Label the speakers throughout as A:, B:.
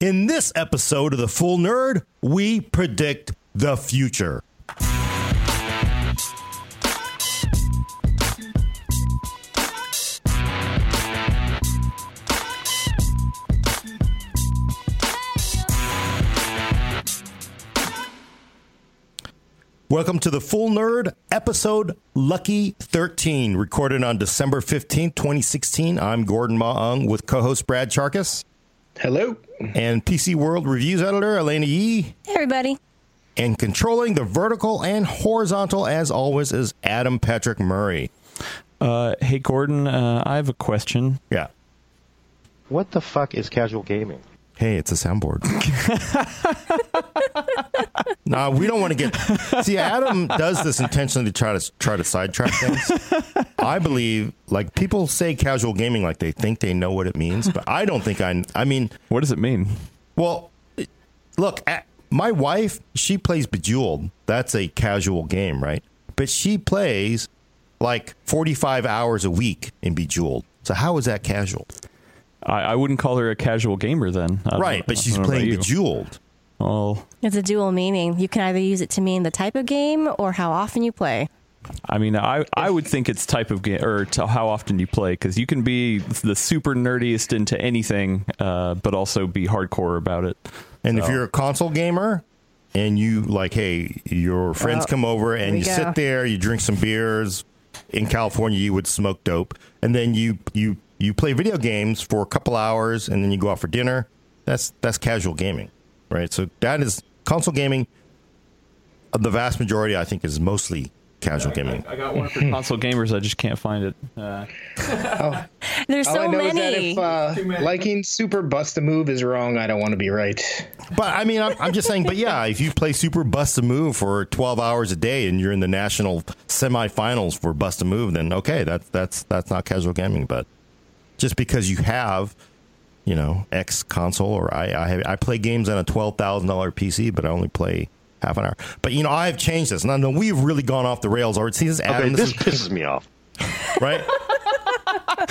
A: In this episode of The Full Nerd, we predict the future. Welcome to The Full Nerd, episode Lucky 13, recorded on December 15th, 2016. I'm Gordon Maung with co host Brad Charkas.
B: Hello.
A: and PC World Reviews editor Elena Yee.
C: Hey, everybody.
A: And controlling the vertical and horizontal, as always, is Adam Patrick Murray.
D: Uh, hey Gordon, uh, I have a question.
A: Yeah.
E: What the fuck is casual gaming?
A: Hey, it's a soundboard. nah, we don't want to get. See, Adam does this intentionally to try to try to sidetrack things. I believe, like people say, casual gaming, like they think they know what it means, but I don't think I. I mean,
D: What does it mean?
A: Well, it- look, a- my wife, she plays Bejeweled. That's a casual game, right? But she plays like 45 hours a week in Bejeweled. So how is that casual?
D: I, I wouldn't call her a casual gamer then. I don't know-
A: Right, but
D: I
A: she's
D: don't know about
A: playing
D: you.
A: Bejeweled.
D: Well,
C: It's a dual meaning. You can either use it to mean the type of game or how often you play.
D: I mean, I I would think it's type of game or to how often you play because you can be the super nerdiest into anything, uh, but also be hardcore about it.
A: And if you're a console gamer and you like, hey, your friends
C: Oh,
A: come over and
C: we
A: you
C: go.
A: sit there, you drink some beers. In California, you would smoke dope, and then you you you play video games for a couple hours, and then you go out for dinner. That's that's casual gaming, right? So that is console gaming. uh, The vast majority, I think, is mostly casual gaming.
D: I got one for console gamers. I just can't find it. Uh,
C: There's
B: All I
C: so
B: know is
C: many.
B: that if uh, liking super bust a move is wrong, I don't want to be right.
A: But I mean, I'm, I'm just saying. But yeah, if you play Super Bust a Move for 12 hours a day and you're in the national semifinals for Bust a Move, then okay, that's that's that's not casual gaming. But just because you have, you know, X console or I I, have, I play games on a twelve thousand dollar PC, but I only play half an hour. But you know, I have changed this. Now, no, we've really gone off the rails. Or see this, Adam,
E: Okay,
A: this
E: this
A: is-
E: pisses me off.
A: right?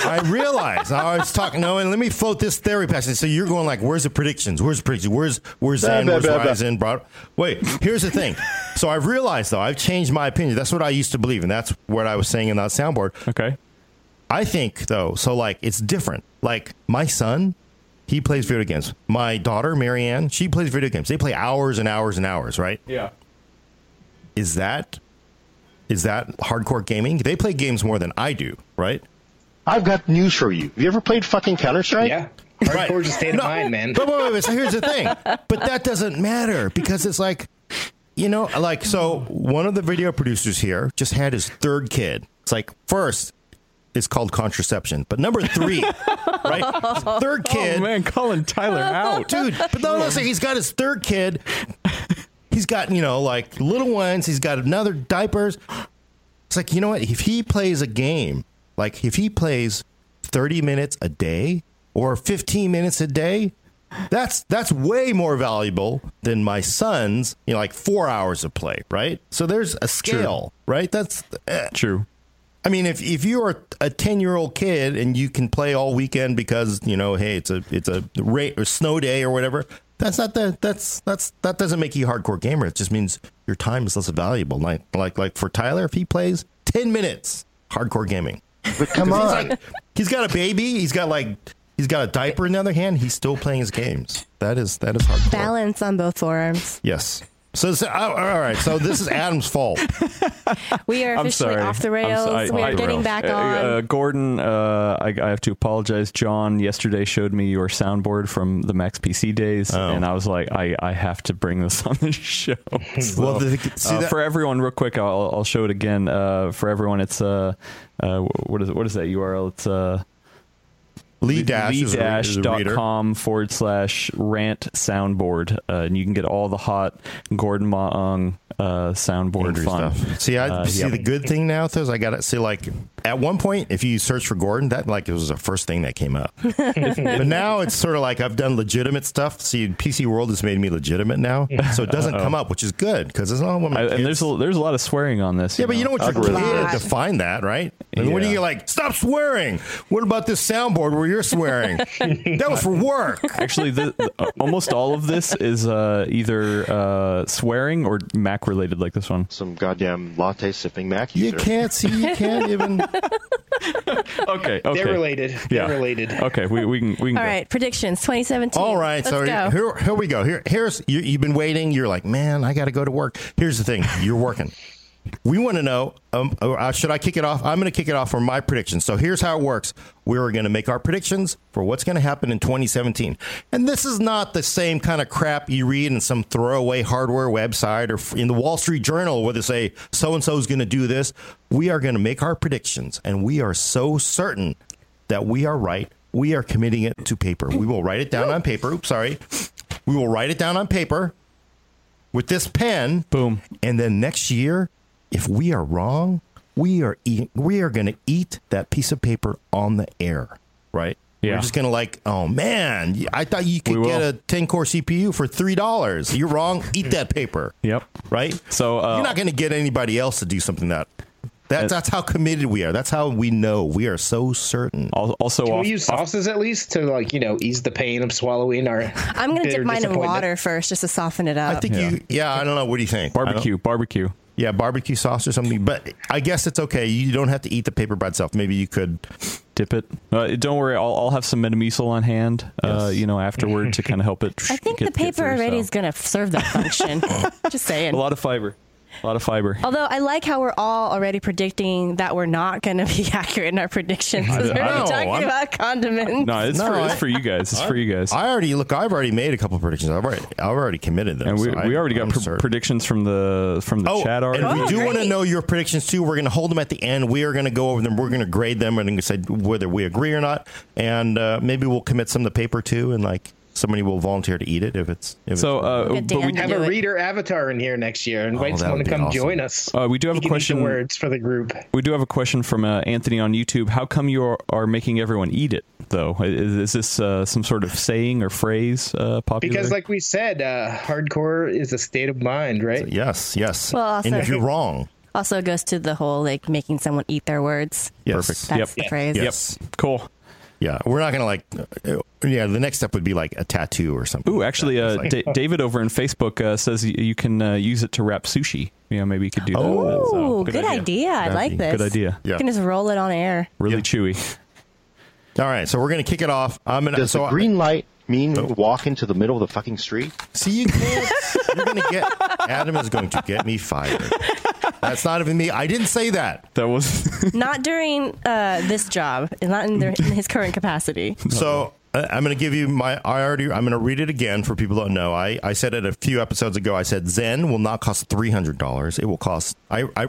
A: I realize I was talking. No, and let me float this theory past you. So you're going like, "Where's the predictions? Where's the predictions? Where's where's
E: Blah,
A: Zan?
E: blah,
A: Where's
E: blah, blah.
A: Ryzen? Broad-" Wait, here's the thing. So I've realized though, I've changed my opinion. That's what I used to believe, and that's what I was saying in that soundboard.
D: okay.
A: I think though, so like it's different. Like my son, he plays video games. My daughter, Marianne, she plays video games. They play hours and hours and hours, right?
D: Yeah.
A: is that is that hardcore gaming? They play games more than I do, right?
E: I've got news for you. Have you ever played fucking Counter Strike?
B: Yeah.
A: Right.
B: Hardcore's a state of
A: No.
B: mind, man.
A: But wait, wait, wait. So here's the thing. But that doesn't matter because it's like, you know, like so. One of the video producers here just had his third kid. It's like first, it's called contraception, but number three, right? His Third
D: Oh
A: kid,
D: man, calling Tyler out.
A: dude. But no, listen, he's got his third kid. He's got you know like little ones. He's got another diapers. It's like you know what? If he plays a game, like if he plays thirty minutes a day or fifteen minutes a day, that's that's way more valuable than my son's you know like four hours of play, right? So there's a scale, right? That's
D: True.
A: I mean, if if you are a ten year old kid and you can play all weekend because you know, hey, it's a it's a rain or snow day or whatever, that's not the that's that's that doesn't make you a hardcore gamer. It just means your time is less valuable. Like like like for Tyler, if he plays ten minutes, hardcore gaming.
E: But come on.
A: He's got a baby. He's got like he's got a diaper in the other hand. He's still playing his games. That is that is hardcore.
C: Balance on both forearms.
A: Yes. So, so oh, all right. So this is Adam's fault.
C: We are
D: I'm
C: officially
D: sorry.
C: off the
D: I'm
C: rails.
D: so- I-
C: we are
D: I-
C: getting
A: rails.
C: back
D: Uh,
C: on.
D: uh, Gordon, uh, I, I have to apologize. John yesterday showed me your soundboard from the Max PC days,
A: Oh.
D: and I was like, I, I have to bring this on the show. So,
A: Well, the- see
D: uh,
A: that-
D: for everyone, real quick, I'll, I'll show it again. Uh, for everyone, it's uh, uh, what is it? What is that URL? It's uh,
A: Lee Dash is a re- is a
D: dot
A: reader.
D: com forward slash rant soundboard, uh, and you can get all the hot Gordon Maung uh, soundboard
A: Andrew
D: fun.
A: stuff. See, I
D: Uh,
A: see
D: yep.
A: the good thing now though is I got to see like at one point if you search for Gordon, that like it was the first thing that came up. but now it's sort of like I've done legitimate stuff. See, PC World has made me legitimate now, so it doesn't come up, which is good because it's not what my
D: I, and
A: kids-
D: there's a, there's a lot of swearing on this.
A: yeah, but you don't want your kid
E: Algorithm.
A: to find that, right? I mean, What do
D: Yeah.
A: you like? Stop swearing. What about this soundboard where you're swearing. that was for work.
D: Actually, the, the- almost all of this is uh, either uh, swearing or Mac related, like this one.
E: Some goddamn latte sipping Mac
A: You
E: user.
A: can't see. You can't even.
D: Okay, okay,
B: They're related.
D: Yeah.
B: They're related.
D: Okay, we, we can we can
C: All
D: go.
C: right, predictions 2017.
A: All right,
C: let's
A: so
C: go.
A: here, here we go. Here, here's you, you've been waiting. You're like, man, I got to go to work. Here's the thing: you're working. We want to know. Um, or, uh, should I kick it off? I'm going to kick it off for my predictions. So here's how it works: we are going to make our predictions for what's going to happen in 2017, and this is not the same kind of crap you read in some throwaway hardware website or f- in the Wall Street Journal where they say so and so is going to do this. We are going to make our predictions, and we are so certain that we are right. We are committing it to paper. We will write it down on paper. Oops, sorry. We will write it down on paper with this pen.
D: Boom.
A: And then next year, if we are wrong, we are eating, we are going to eat that piece of paper on the air, right?
D: Yeah.
A: We're just going to like, oh man, I thought you could
D: We
A: get
D: will.
A: a 10 core CPU for $3. You're wrong. Eat that paper,
D: Yep.
A: right?
D: So, uh,
A: you're not going to get anybody else to do something that. That,
D: And-
A: that's how committed we are. That's how we know we are so certain.
D: Al- Also,
B: Can
D: off,
B: we use
D: off-
B: sauces at least to like you know ease the pain of swallowing our?
C: I'm going to
B: bitter
C: dip mine in
B: disappointment?
C: water first just to soften it up.
A: I think you, yeah, I don't know. What do you think? I don't-
D: barbecue, barbecue.
A: Yeah, barbecue sauce or something. But I guess it's okay. You don't have to eat the paper by itself. Maybe you could.
D: Dip it. Uh, don't worry, I'll, I'll have some Metamucil on hand. Uh, you know, afterward to kind of help it.
C: I think
D: get-
C: the paper
D: get through,
C: already
D: so.
C: is going to serve that function. Just saying.
D: a lot of fiber. A lot of fiber.
C: Although I like how we're all already predicting that we're not going to be accurate in our predictions. We're
A: no,
C: talking
A: I'm-
C: about condiments.
D: No, it's,
A: No,
D: for, it's
A: I-
D: for you guys. It's for you guys.
A: I already look. I've already made a couple predictions. I've already, I've already committed them.
D: and we,
A: so I-
D: we already got
A: I'm
D: pr-
A: certain.
D: predictions from the from the
A: Oh,
D: chat already.
A: and we
C: Oh,
A: do want to
C: great.
A: know your predictions too. We're going to hold them at the end. We are going to go over them. We're going to grade them and say whether we agree or not. And uh, maybe we'll commit some to paper too. And like somebody will volunteer to eat it if it's. If
D: so,
A: it's,
D: uh,
C: Good
D: but we,
C: Dan.
B: Have
C: Do
B: a
C: it.
B: reader avatar in here next year. Invite
A: Oh, that
B: someone
A: would
B: to
A: be
B: come
A: awesome.
B: join us.
D: Uh, we do have
B: You
D: a
B: can eat the
D: question.
B: words for the group.
D: we do have a question from uh, Anthony on YouTube. How come you are, are making everyone eat it though? Is, is this uh, some sort of saying or phrase uh, popular?
B: Because, like we said, uh, hardcore is a state of mind, right?
A: yes, yes.
C: Well, also-
A: and if you're wrong,
C: Also goes to the whole like making someone eat their words.
A: yes.
D: Perfect.
C: That's
D: Yep.
C: the phrase.
A: Yep.
D: yep, cool.
A: Yeah, we're not going to like. uh, yeah, the next step would be like a tattoo or something.
D: Ooh, actually,
A: It's
D: uh,
A: like-
D: Da- David over in Facebook uh, says y- you can uh, use it to wrap sushi. You know, maybe you could do that.
A: Oh,
D: So,
C: Ooh, good, idea. I like
A: be-
C: this.
D: Good idea.
A: Yeah.
C: You can just roll it on air.
D: Really chewy.
A: All right, so we're gonna kick it off. I'm gonna
E: Does
A: so
E: the green light mean
B: Oh.
E: walk into the middle of the fucking street?
A: see you can't. you're gonna get Adam is going to get me fired. That's not even me. I didn't say that.
D: That was
C: Not during uh, this job, and not in, their, in his current capacity.
A: So uh, I'm gonna give you my. I already. I'm gonna read it again for people that don't know. I I said it a few episodes ago. I said Zen will not cost three hundred dollars. It will cost I I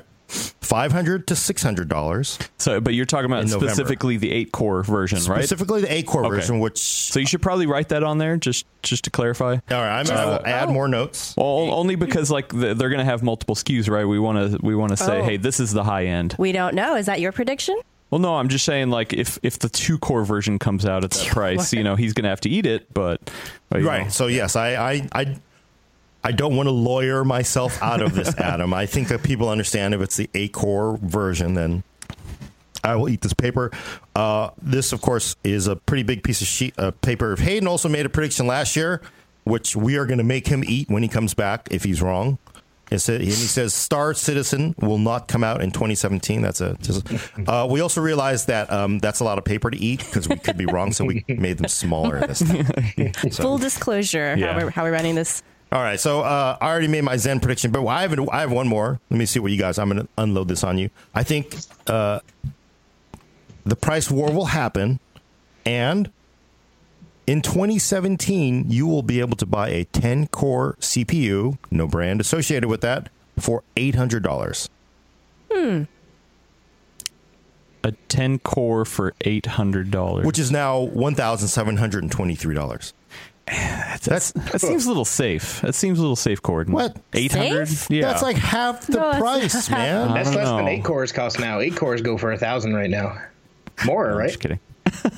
A: five hundred to six hundred dollars.
D: so. But you're talking about
A: In November.
D: specifically the eight core version, right?
A: Specifically the A core
D: Okay.
A: version, which.
D: so you should probably write that on there just just to clarify.
A: All right, I'm, I
D: Oh.
A: will add more notes.
D: Well, only because like the, they're going to have multiple SKUs, right? We want to we want to say,
C: Oh.
D: hey, this is the high end.
C: We don't know. Is that your prediction?
D: Well, no, I'm just saying like if if the two core version comes out at that price, you know, he's going to have to eat it. But but, you
A: Right.
D: know.
A: So yes, I I I, I don't want to lawyer myself out of this, Adam. I think that people understand if it's the A core version, then I will eat this paper. Uh, this, of course, is a pretty big piece of sheet uh, paper. Hayden also made a prediction last year, which we are going to make him eat when he comes back if he's wrong. It sa- and he says Star Citizen will not come out in 2017. That's a. just- uh, we also realized that um, that's a lot of paper to eat because we could be wrong, so we made them smaller this time.
C: Full disclosure.
D: Yeah.
C: How, we're, how we're running this.
A: All right, so uh, I already made my Zen prediction, but I have I have one more. Let me see what you guys. I'm going to unload this on you. I think uh, the price war will happen, and in 2017, you will be able to buy a 10 core CPU, no brand associated with that, for eight hundred dollars.
D: a ten core for eight hundred dollars,
A: Which is now one thousand seven hundred and twenty-three dollars. That's
D: that seems a little safe. That seems a little safe, Gordon.
A: What?
D: eight hundred?
C: Safe?
D: Yeah,
A: that's like half the
C: No, it's
A: price, man.
B: That's
D: don't
B: less than
D: know.
B: eight cores cost now. Eight cores go for a thousand right now. More, right?
D: Just kidding.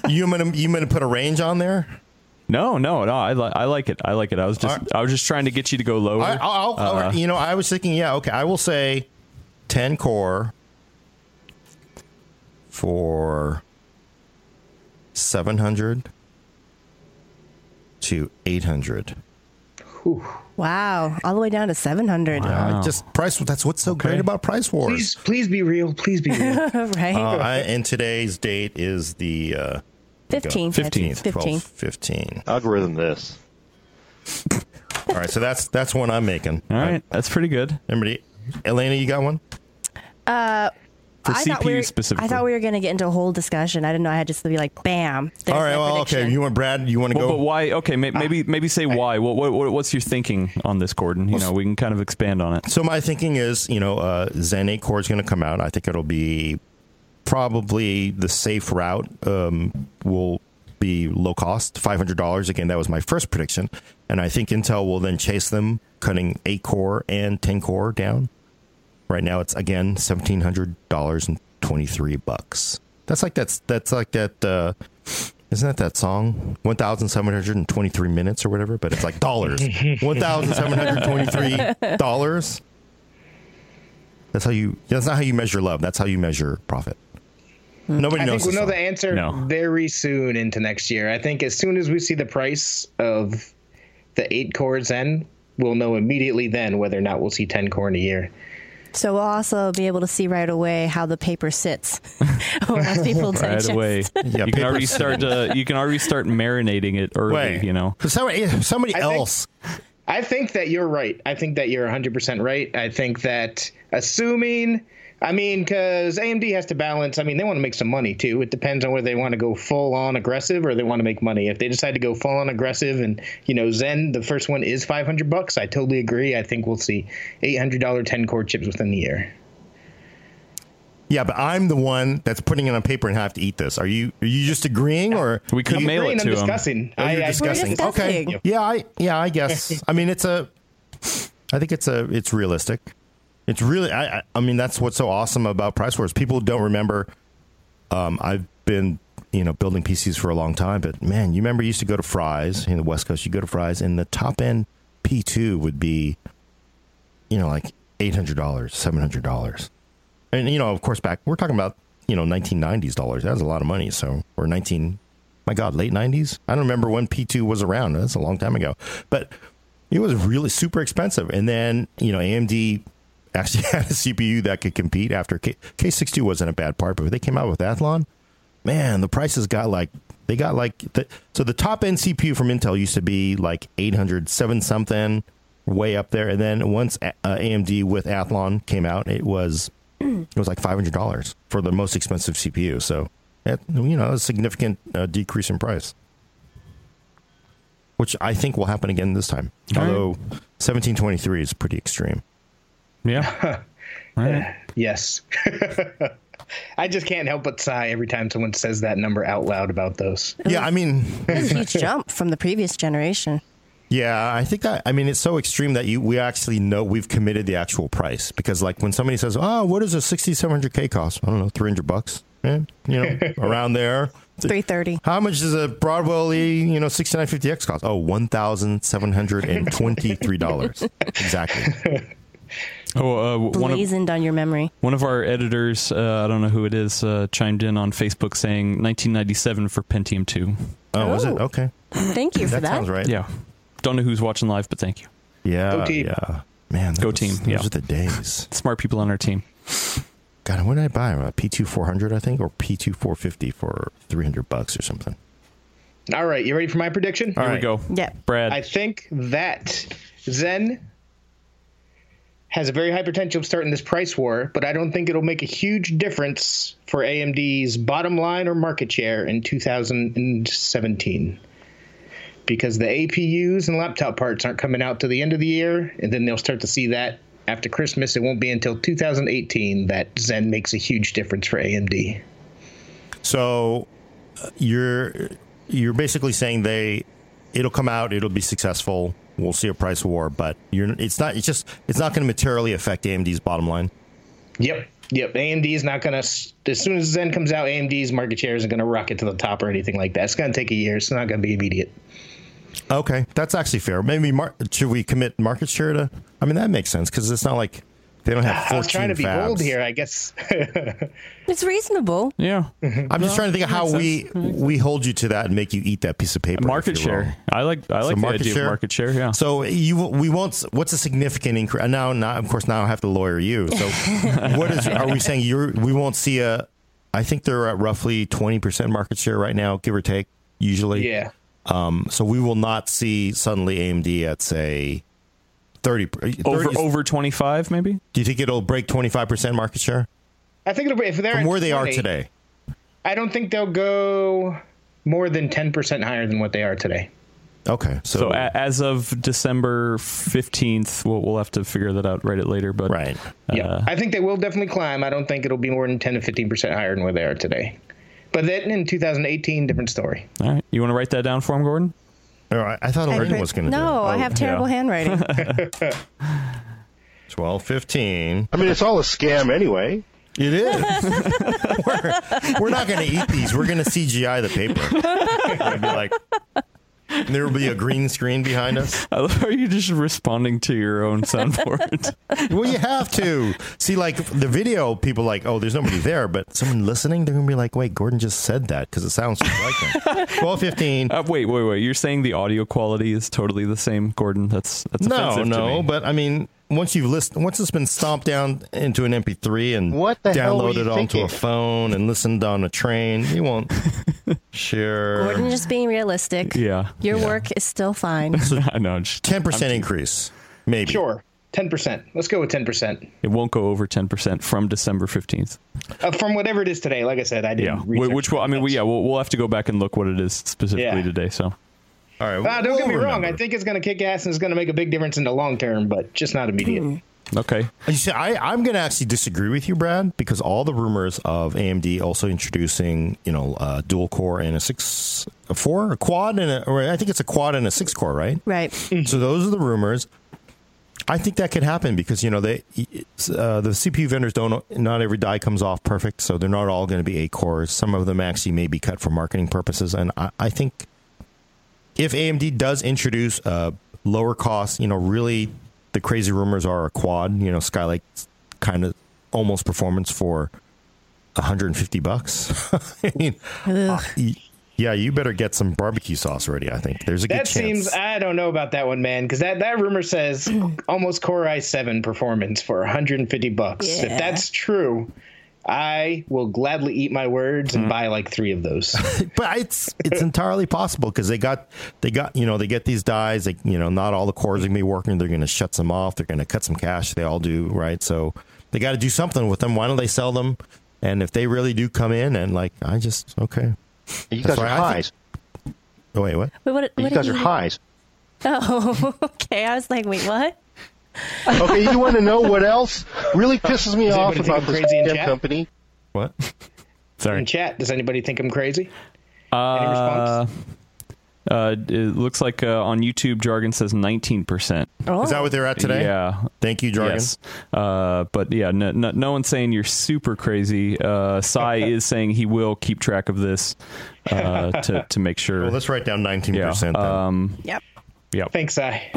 A: you gonna you gonna put a range on there?
D: No, no, no. I, li- I like it. I like it. I was just I was just trying to get you to go lower.
A: I, I'll, I'll-
D: Uh,
A: you know, I was thinking, yeah, okay, I will say 10 core for 700 to 800.
C: Wow. All the way down to 700.
A: Uh,
D: Wow.
A: just price. That's what's so great about price wars.
B: Please, please be real. Please be real.
C: right?
A: Uh, I, and today's date is the uh,
C: 15th.
D: 15th,
A: 12,
C: 15th.
A: 15.
E: Algorithm this.
A: All right, so that's that's one I'm making.
D: All right, that's pretty good.
A: Everybody, Elena, you got one?
D: For
C: I thought
D: CPU
C: we were,
D: specifically.
C: I thought we were going to get into a whole discussion. I didn't know I had to just be like, bam. there's
A: All right,
C: my
A: well,
C: prediction.
A: okay. You want Brad? You want to
D: Well,
A: go? Ah.
D: but why? Okay, may, maybe maybe say why. What, what what what's your thinking on this, Gordon? You know, we can kind of expand on it.
A: So my thinking is, you know, uh, Zen 8 Core is going to come out. I think it'll be probably the safe route. Um, will be low cost, five hundred dollars. Again, that was my first prediction, and I think Intel will then chase them, cutting eight core and ten core down. Right now, it's again seventeen hundred dollars and twenty three bucks. That's like that's that's like that. Uh, isn't that that song? One thousand seven hundred and twenty three minutes or whatever, but it's like dollars. One thousand seven hundred twenty three dollars. That's how you. That's not how you measure love. That's how you measure profit. Nobody
B: Hmm. I
A: knows.
B: think we'll
A: this
B: know
A: song.
B: the answer
D: No.
B: very soon into next year. I think as soon as we see the price of the eight core Zen, we'll know immediately then whether or not we'll see ten core in a year.
C: So we'll also be able to see right away how the paper sits. Or how people
D: Right
C: digest.
D: away,
A: Yeah,
D: you can
A: paper
D: already start. Uh, you can already start marinating it early.
A: Wait,
D: You know,
A: But somebody, somebody
B: think-
A: else.
B: I think that you're right. I think that you're 100% right. I think that assuming, I mean, because AMD has to balance, I mean, they want to make some money too. It depends on whether they want to go full on aggressive or they want to make money. If they decide to go full on aggressive and, you know, Zen, the first one is 500 bucks, I totally agree. I think we'll see $800 10 core chips within the year.
A: Yeah, but I'm the one that's putting it on paper and have to eat this. Are you? Are you just agreeing, or
D: we could
A: you-
D: mail
B: Green,
D: it
B: I'm
D: to them.
B: discussing.
A: Oh, you're
B: I, I,
A: discussing.
C: We're
A: Okay.
C: discussing.
A: Yeah, I yeah, I guess. I mean, it's a. I think it's a. It's realistic. It's really. I. I, I mean, that's what's so awesome about price wars. People don't remember. Um, I've been you know building PCs for a long time, but man, you remember you used to go to Fry's in the West Coast. You go to Fry's, and the top end P two would be, you know, like eight hundred dollars, seven hundred dollars, and you know, of course, back we're talking about you know nineteen nineties dollars. That was a lot of money. So or nineteen my God, late 90s? I don't remember when P2 was around. That's a long time ago. But it was really super expensive. And then, you know, AMD actually had a CPU that could compete after K- K62 wasn't a bad part, but when they came out with Athlon. Man, the prices got like, they got like, the, so the top end CPU from Intel used to be like 800, 7 something, way up there. And then once A- uh, AMD with Athlon came out, it was it was like five hundred dollars for the most expensive CPU. So, that, you know, a significant uh, decrease in price, which I think will happen again this time.
D: All right.
A: Although seventeen twenty three is pretty extreme.
D: Yeah. All right.
B: Yes. I just can't help but sigh every time someone says that number out loud about those.
A: Yeah, I mean,
C: It's a huge jump from the previous generation.
A: yeah, I think that I mean it's so extreme that you we actually know we've committed the actual price because like when somebody says, "Oh, what does a sixty seven hundred K cost?" I don't know, three hundred bucks, eh, you know, around there.
C: 330.
A: How much does a Broadwell E, you know, 6950X cost? Oh, $1,723. exactly.
D: Oh, uh, one of
C: Blazoned on your memory.
D: one of our editors, uh, I don't know who it is, uh, chimed in on Facebook saying 1997 for Pentium 2.
A: Oh, was it?
C: Oh.
A: Okay.
C: Thank you for
A: That
C: that.
A: sounds right.
D: Yeah. Don't know who's watching live, but thank you.
A: Yeah.
B: Go team.
A: Yeah. Man,
D: Go
A: those-
D: team,
A: Those
D: yeah.
A: are the days.
D: Smart people on our team.
A: God, when did I buy them? A P2 400, I think, or P2 450 for 300 bucks or something.
B: All right, you ready for my prediction?
D: Here we go.
C: Yeah.
D: Brad.
B: I think that Zen has a very high potential of starting this price war, but I don't think it'll make a huge difference for AMD's bottom line or market share in 2017. Because the APUs and laptop parts aren't coming out till the end of the year, and then they'll start to see that after Christmas. It won't be until 2018 that Zen makes a huge difference for AMD.
A: So uh, you're you're basically saying they it'll come out, it'll be successful. We'll see a price war, but you're it's not it's just it's not going to materially affect AMD's bottom line.
B: Yep. Yep. AMD is not going to, as soon as Zen comes out, AMD's market share isn't going to rocket to the top or anything like that. It's going to take a year. It's not going to be immediate.
A: Okay, that's actually fair. Maybe mar- should we commit market share to? I mean, that makes sense because it's not like They don't have 14
B: I was trying to be
A: fabs.
B: bold here, I guess.
C: It's reasonable.
D: Yeah.
A: I'm just trying to think of how we we hold you to that and make you eat that piece of paper.
D: Market
A: if you're wrong.
D: share. I like I like the
A: market
D: idea
A: share?
D: of market share. Yeah.
A: So you we won't. What's a significant increase? Now, now, of course, now I have to lawyer you. So what is? Are we saying you're? We won't see a. I think they're at roughly 20 percent market share right now, give or take. Usually,
B: yeah.
A: Um, so we will not see suddenly AMD at say 30. 30
D: over over 25 maybe?
A: do you think it'll break 25 percent market share
B: I think it'll be if they're
A: from
B: at
A: where they are
B: 20,
A: today?
B: I don't think they'll go more than 10% higher than what they are today.
A: Okay, so,
D: So a, as of December 15th, we'll, we'll have to figure that out right at later, but
A: right.
B: Yeah. I think they will definitely climb. I don't think it'll be more than 10 to 15% higher than where they are today. But then in 2018, different story.
D: All right. You want to write that down for him, Gordon?
A: All right. I thought Oregon was going to do
C: no,
A: it. Oh,
C: I have terrible
D: yeah.
C: handwriting.
A: 12, 15.
E: I mean, it's all a scam anyway.
A: It is. we're, we're not going to eat these. We're going to CGI the paper. It'll be like there will be a green screen behind us.
D: I love how you're just responding to your own soundboard.
A: Well, you have to see like the video. People like, oh, there's nobody there, but someone listening, they're going to be like, wait, Gordon just said that because it sounds just like him. 12, 15.
D: uh, wait, wait, wait. You're saying the audio quality is totally the same, Gordon? That's that's
A: No,
D: offensive to
A: no,
D: me.
A: but I mean, once you've list, once it's been stomped down into an MP3 and
E: What the hell were
A: downloaded
E: you
A: onto
E: thinking?
A: a phone and listened on a train, you won't. sure.
C: Gordon just being realistic.
D: Yeah.
C: Your work is still fine.
D: I know. I'm just-
A: Ten percent increase, maybe.
B: Sure. 10%. Let's go with 10%.
D: It won't go over 10% from December 15th.
B: Uh, from whatever it is today, like I said, I
D: Yeah.
B: didn't
D: Wh-
B: research
D: Which will, I mean, we, yeah, we'll, we'll have to go back and look what it is specifically
B: Yeah.
D: today. So
A: All right.
B: Ah, don't
A: we'll
B: get me wrong. I
A: remember.
B: think it's going to kick ass and it's going to make a big difference in the long term, but just not immediate.
D: Okay.
A: You see, I, I'm going to actually disagree with you, Brad, because all the rumors of AMD also introducing, you know, uh, dual core and a six, a four, a quad, and a, or I think it's a quad and a six core, right?
C: Right.
A: So those are the rumors. I think that could happen because you know they it's, uh, the CPU vendors don't not every die comes off perfect, so they're not all going to be eight cores. Some of them actually may be cut for marketing purposes, and I, I think if AMD does introduce a lower cost, you know, really the crazy rumors are a quad, you know, Skylake kind of almost performance for 150 bucks. I mean,
C: Ugh.
A: y- yeah, you better get some barbecue sauce ready. I think there's a good
B: That
A: chance.
B: seems I don't know about that one, man, because that, that rumor says almost Core i7 performance for 150 bucks.
C: Yeah.
B: If that's true, I will gladly eat my words
A: Hmm.
B: and buy like three of those.
A: but it's it's entirely possible because they got they got you know they get these dies they you know not all the cores are gonna be working they're gonna shut some off they're gonna cut some cash they all do right so they got to do something with them why don't they sell them and if they really do come in and like I just okay
E: You
A: That's
E: guys are
A: right, I think-
E: highs.
A: oh, wait what
C: Wait, what,
E: You
C: what
E: guys
C: did
E: are highs.
C: Oh, okay. I was like, wait, what?
E: Okay, you want to know what else really pisses me
B: anybody
E: off
B: think
E: about
B: I'm
E: this
B: crazy in
E: damn
B: chat?
E: company?
A: what
D: Sorry.
B: In chat, does anybody think I'm crazy? Any
D: Uh,
B: response?
D: uh, it looks like uh, on YouTube, Jargon says 19%.
C: Oh.
A: is that what they're at today
D: Yeah.
A: thank you jargon
D: Yes. Uh, but yeah, no, no, no one's saying you're super crazy. Uh, Sai is saying he will keep track of this uh, to, to make sure.
A: well let's write down nineteen
D: yeah.
A: percent
D: Um,
C: Yep.
D: yeah.
B: Thanks, I.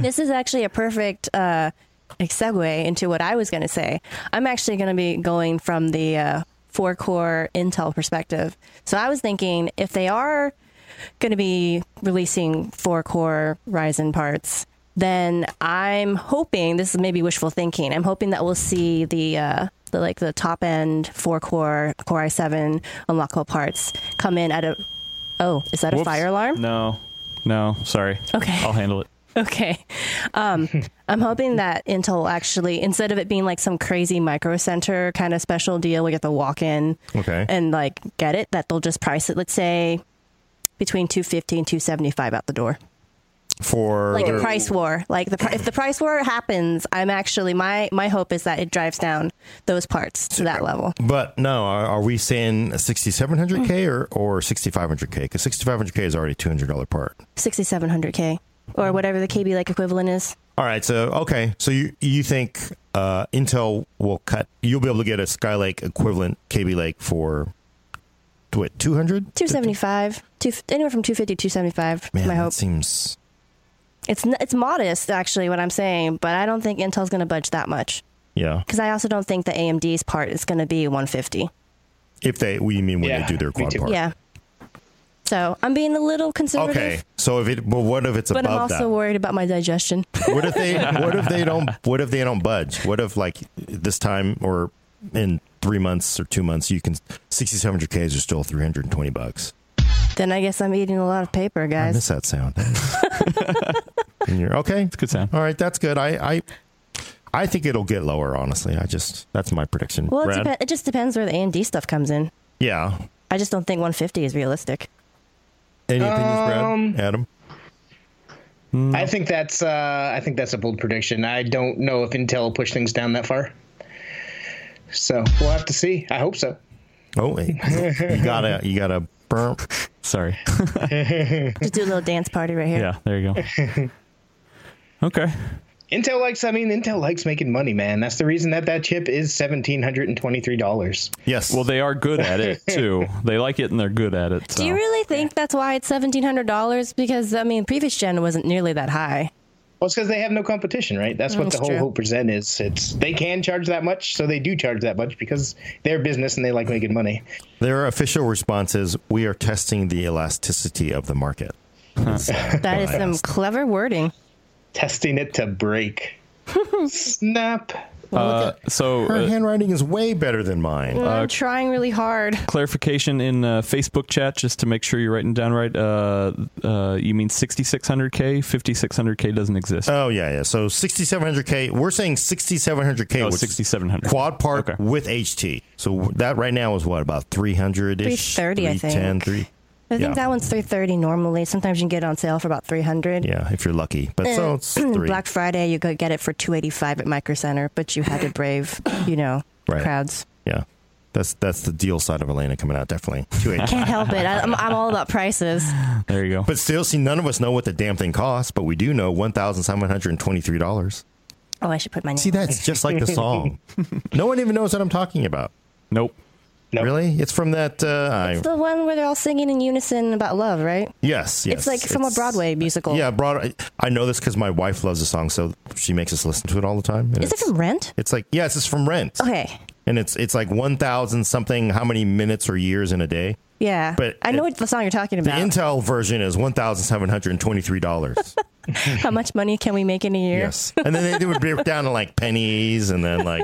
C: This is actually a perfect uh, segue into what I was going to say. I'm actually going to be going from the uh, four core Intel perspective. So I was thinking if they are going to be releasing four core Ryzen parts, then I'm hoping this is maybe wishful thinking. I'm hoping that we'll see the uh, the like the top end four core Core i7 unlockable parts come in at a oh is that a
D: Whoops.
C: fire alarm?
D: No. No. Sorry.
C: Okay.
D: I'll handle it.
C: Okay. Um, I'm hoping that Intel will actually, instead of it being like some crazy micro center kind of special deal, we get the walk in
A: Okay.
C: and like get it, that they'll just price it, let's say, between 250 and 275 out the door.
A: for
C: Like a price war. Like the pri- if the price war happens, I'm actually my my hope is that it drives down those parts to that level.
A: but no are, are we saying sixty seven hundred k or or sixty five hundred k because sixty five hundred k is already two hundred dollar part
C: 6700k or whatever the KB like equivalent is.
A: All right, so okay, so you you think uh, Intel will cut? You'll be able to get a Skylake equivalent KB Lake for what two hundred?
C: 275, two, anywhere from 250 to 275,
A: Man,
C: my
A: that
C: hope.
A: seems
C: It's n- it's modest actually what I'm saying, but I don't think Intel's going to budge that much
A: Yeah.
C: because I also don't think the AMD's part is going to be 150.
A: If they, we mean when
B: Yeah,
A: they do their
B: me
A: quad
B: too.
A: part.
C: Yeah. So I'm being a little conservative,
A: Okay. So if it, but what if it's
C: but I'm
A: above
C: also
A: that?
C: worried about my digestion.
A: What if they? What if they don't? What if they don't budge? What if like this time or in three months or two months, you can sixty seven hundred Ks are still three hundred and twenty bucks.
C: then I guess I'm eating a lot of paper,
A: I
C: guys.
A: miss that sound. and you're okay.
D: Good sound.
A: All right, that's good. I I I think it'll get lower. Honestly, I just that's my prediction.
C: Well, it,
A: Brad?
C: depe- it just depends where the AMD stuff comes in.
A: yeah.
C: I just don't think 150 is realistic.
A: Any opinions, Brad? Adam?
B: I think that's uh, I think that's a bold prediction. I don't know if Intel will push things down that far. So we'll have to see. I hope so.
A: Oh, wait. you gotta you gotta burn.
D: Sorry.
C: Just do a little dance party right here.
D: Yeah, there you go. Okay.
B: Intel likes. I mean, Intel likes making money, man. That's the reason that that chip is seventeen hundred and twenty-three dollars.
A: Yes.
D: Well, they are good at it too. They like it and they're good at it. So.
C: Do you really think that's why it's seventeen hundred dollars? Because I mean, previous gen wasn't nearly that high.
B: Well, it's because they have no competition, right? That's what
C: That's
B: the whole
C: true.
B: hope present is. It's they can charge that much, so they do charge that much because they're business and they like making money.
A: Their official response is we are testing the elasticity of the market.
C: That is some clever wording.
B: Testing it to break. Snap.
D: Uh, so
A: Her
D: uh,
A: handwriting is way better than mine.
C: I'm trying really hard.
D: clarification in uh, Facebook chat, just to make sure you're writing down right. Uh, uh, you mean 6600K? 5600K doesn't exist.
A: oh yeah, yeah. So 6700K. We're saying 6700K.
D: Oh,
A: which is
D: 6700.
A: Quad part
D: Okay.
A: with HT. So that right now is what about 300 ish?
C: 330, I think. I think
A: Yeah.
C: that one's three thirty normally. Sometimes you can get it on sale for about three hundred.
A: Yeah, if you're lucky. But so it's three.
C: Eh, Black Friday, you could get it for two eighty five at Micro Center, but you had to brave, you know,
A: Right.
C: crowds.
A: Yeah. That's that's the deal side of Elena coming out definitely. 280.
C: Can't help it. I, I'm, I'm all about prices.
D: There you go.
A: but still see none of us know what the damn thing costs, but we do know $1,723.
C: Oh, I should put my name.
A: See, that's just like the song. no one even knows what I'm talking about.
D: nope.
B: Nope.
A: Really? It's from that. Uh, I,
C: the one where they're all singing in unison about love, right?
A: yes, yes.
C: It's like from a
A: it's-
C: Broadway musical.
A: Yeah, Broadway. I know this because my wife loves the song, so she makes us listen to it all the time. and
C: Is it
A: it's-
C: from Rent?
A: It's like yes, it's from Rent,
C: Okay.
A: and it's it's like one thousand something. How many minutes or years in a day?
C: Yeah.
A: But
C: I know
A: it-
C: what the song you're talking
A: The
C: about.
A: Intel version is one thousand seven hundred and twenty three dollars.
C: How much money can we make in a year?
A: yes, and then they, they would break down to like pennies, and then like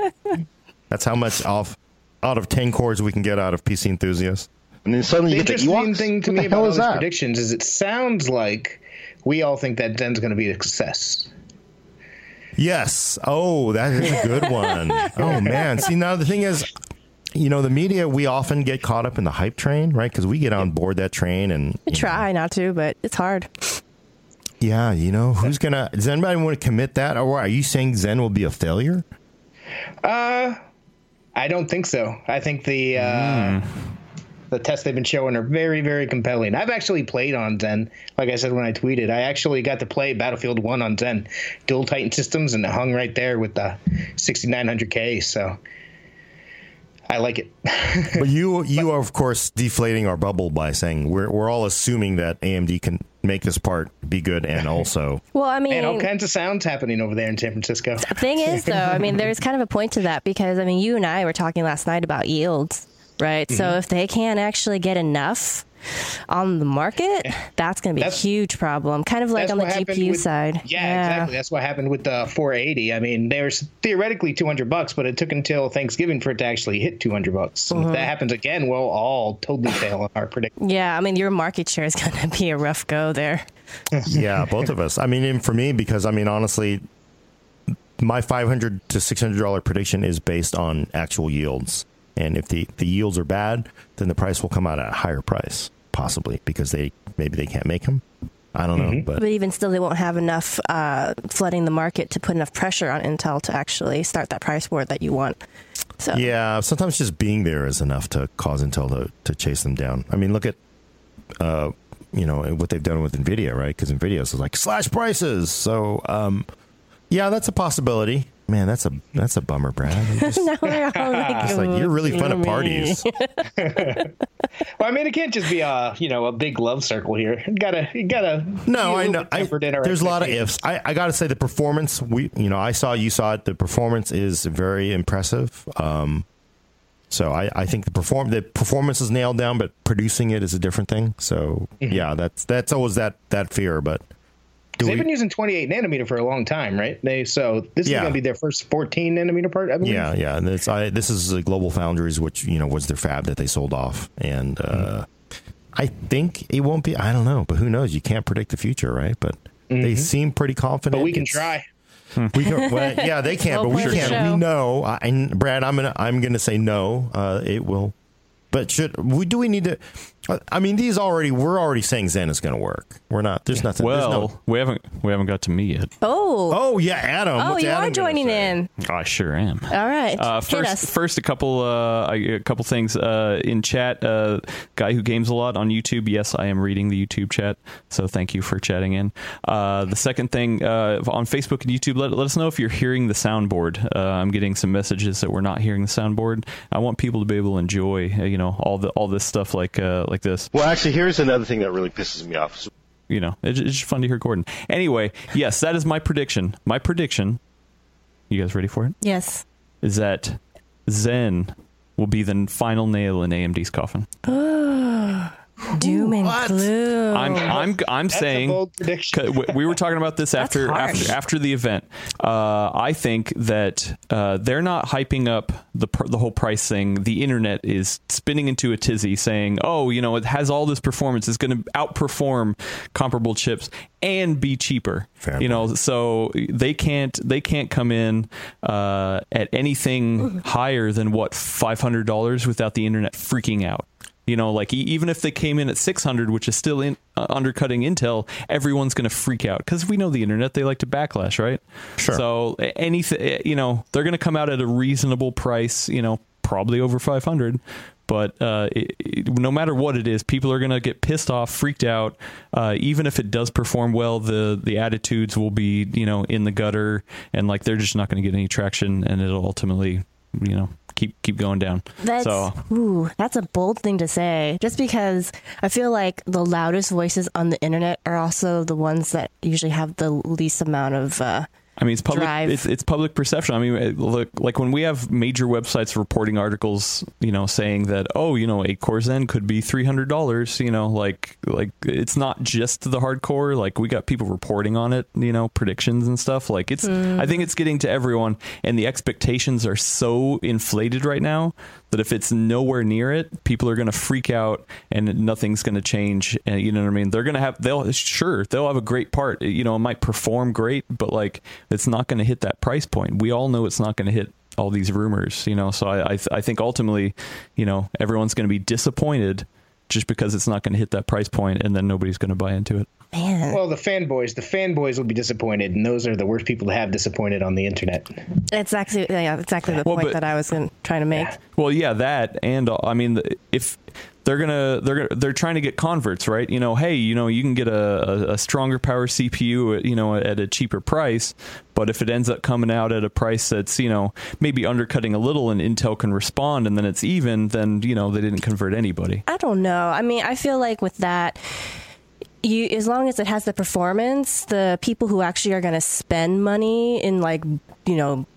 A: that's how much off out of ten cores we can get out of PC enthusiast.
E: And then suddenly
B: The
E: you get the
B: interesting
E: Ewoks.
B: thing to
E: what
B: me
E: the
B: about
E: hell
B: all
E: is
B: these
E: that?
B: predictions is it sounds like we all think that Zen's going to be a success.
A: Yes. Oh, that is a good one. oh man. See now the thing is, you know, the media we often get caught up in the hype train, right? Because we get on board that train and
C: I try not to, but it's hard.
A: yeah, you know, who's gonna? Does anybody want to commit that, or are you saying Zen will be a failure?
B: I don't think so. I think the uh, the tests they've been showing are very, very compelling. I've actually played on Zen. Like I said when I tweeted, I actually got to play Battlefield One on Zen, dual Titan systems, and it hung right there with the 6900K. So I like it.
A: But you, you are of course deflating our bubble by saying we're we're all assuming that AMD can make this part be good and also
C: Well, I
B: and all
C: mean,
B: kinds of sounds happening over there in San Francisco.
C: thing is though, I mean, there's kind of a point to that because I mean, you and I were talking last night about yields, right? So
B: Mm-hmm.
C: if they can't actually get enough on the market, that's going to be
B: That's-
C: a huge problem. Kind of like on the
B: what happened
C: GPU
B: with-
C: side.
B: Yeah, exactly. That's what happened with the 480. I mean, there's theoretically 200 bucks, but it took until Thanksgiving for it to actually hit 200 bucks. And If
C: Mm-hmm.
B: that happens again, we'll all totally fail on our prediction.
C: Yeah, I mean, your market share is going to be a rough go there.
A: yeah, both of us. I mean, and for me, because I mean, honestly, my five hundred to six hundred dollar prediction is based on actual yields, and if the the yields are bad, then the price will come out at a higher price, possibly because they maybe they can't make them. I don't know, but
C: But even still, they won't have enough uh, flooding the market to put enough pressure on Intel to actually start that price war that you want. So
A: yeah, sometimes just being there is enough to cause Intel to to chase them down. I mean, look at. Uh, you know what they've done with Nvidia, right? Because Nvidia is like slash prices. So, um, yeah, that's a possibility. Man, that's a that's a bummer, Brad. You just-
C: now we're all like,
A: It's like you're really fun at
C: "Ooh,
A: parties.
B: Well, I mean, it can't just be a you know a big love circle here. You gotta, you gotta.
A: No,
B: be a
A: I
B: little
A: know.
B: bit
A: I,
B: tempered in our
A: there's a lot of
B: expectations.
A: ifs. I, I got to say the performance. We, you know, I saw you saw it. The performance is very impressive. Um, so I, I think the perform the performance is nailed down, but producing it is a different thing. So
B: Mm-hmm.
A: yeah, that's that's always that that fear. But do
B: They've been
A: we,
B: using 28 nanometer for a long time, right? They so this
A: Yeah.
B: is gonna be their first 14 nanometer part. I believe.
A: yeah, yeah. And it's, I, this is uh, Global Foundries, which you know was their fab that they sold off, and
B: Mm-hmm.
A: uh, I think it won't be. I don't know, but who knows? You can't predict the future, right? But they seem pretty confident.
B: Mm-hmm. but we can
A: It's-
B: try.
A: We can, well, yeah, they can, but we
C: Well,
A: can't.
C: show.
A: We know. I, and Brad, I'm gonna I'm gonna say no. Uh, it will, but should we? Do we need to? uh, I mean, these already we're already saying Zen is gonna work. We're not. There's nothing. there's no-
D: Well, we haven't we haven't got to me yet.
C: Oh,
A: oh yeah, Adam.
C: oh,
A: what's
C: you
A: Adam
C: are
A: gonna
C: joining
A: say?
C: in.
D: I sure am.
C: All right,
D: Uh,
C: hit
D: first,
C: us.
D: first, a couple, uh, I- a couple things uh, in chat. Uh, guy who games a lot on YouTube. Yes, I am reading the YouTube chat, so thank you for chatting in. Uh, the second thing uh, on Facebook and YouTube, let, let us know if you're hearing the soundboard. Uh, I'm getting some messages that we're not hearing the soundboard. I want people to be able to enjoy, uh, you know, all the all this stuff like uh, like this.
E: Well, actually, here's another thing that really pisses me off. So
D: You know, it's, it's just fun to hear Gordon. Anyway, yes, that is my prediction. My prediction. You guys ready for it?
C: yes.
D: is that Zen will be the final nail in AMD's coffin.
C: Doom and
A: What?
C: gloom.
D: I'm I'm I'm
B: Oh. That's
D: saying
B: a bold prediction.
D: 'Cause we- we were talking about this after
C: harsh.
D: after, after the event. Uh, I think that uh, they're not hyping up the pr- the whole price thing. The internet is spinning into a tizzy, saying, "Oh, you know, it has all this performance. It's going to outperform comparable chips and be cheaper."
A: Fair
D: you know, so they can't they can't come in uh, at anything higher than what five hundred dollars without the internet freaking out. You know, like e- even if they came in at 600, which is still in, uh, undercutting Intel, everyone's going to freak out because we know the internet; they like to backlash, right?
A: Sure.
D: So anything, you know, they're going to come out at a reasonable price. You know, probably over 500, but uh, it, it- no matter what it is, people are going to get pissed off, freaked out. Uh, even if it does perform well, the the attitudes will be, you know, in the gutter, and like they're just not going to get any traction, and it'll ultimately, you know, keep keep going down.
C: That's
D: so
C: ooh, that's a bold thing to say. Just because I feel like the loudest voices on the internet are also the ones that usually have the least amount of. Uh,
D: I mean, it's public.
C: drive.
D: It's, it's public perception. I mean, it- look, like when we have major websites reporting articles, you know, saying that oh, you know, a core Zen could be three hundred dollars. You know, like like it's not just the hardcore. Like we got people reporting on it. You know, predictions and stuff. Like it's. I think it's getting to everyone, and the expectations are so inflated right now that if it's nowhere near it, people are going to freak out, and nothing's going to change. And you know what I mean? They're going to have. They'll sure they'll have a great part. You know, it might perform great, but like it's not going to hit that price point. We all know it's not going to hit all these rumors. You know, so I I, th- I think ultimately, you know, everyone's going to be disappointed just because it's not going to hit that price point, and then nobody's going to buy into it.
C: man,
B: Well, the fanboys, the fanboys will be disappointed, and those are the worst people to have disappointed on the internet.
C: that's actually yeah, exactly the
D: Well,
C: point
D: but-
C: that I was gonna, trying to make.
D: Well, yeah, that and uh, I mean, if they're gonna they're gonna, they're trying to get converts, right? You know, hey, you know, you can get a, a, a stronger power CPU, at, you know, at a cheaper price, but if it ends up coming out at a price that's you know maybe undercutting a little, and Intel can respond, and then it's even, then you know they didn't convert anybody.
C: I don't know. I mean, I feel like with that, you as long as it has the performance, the people who actually are going to spend money in like you know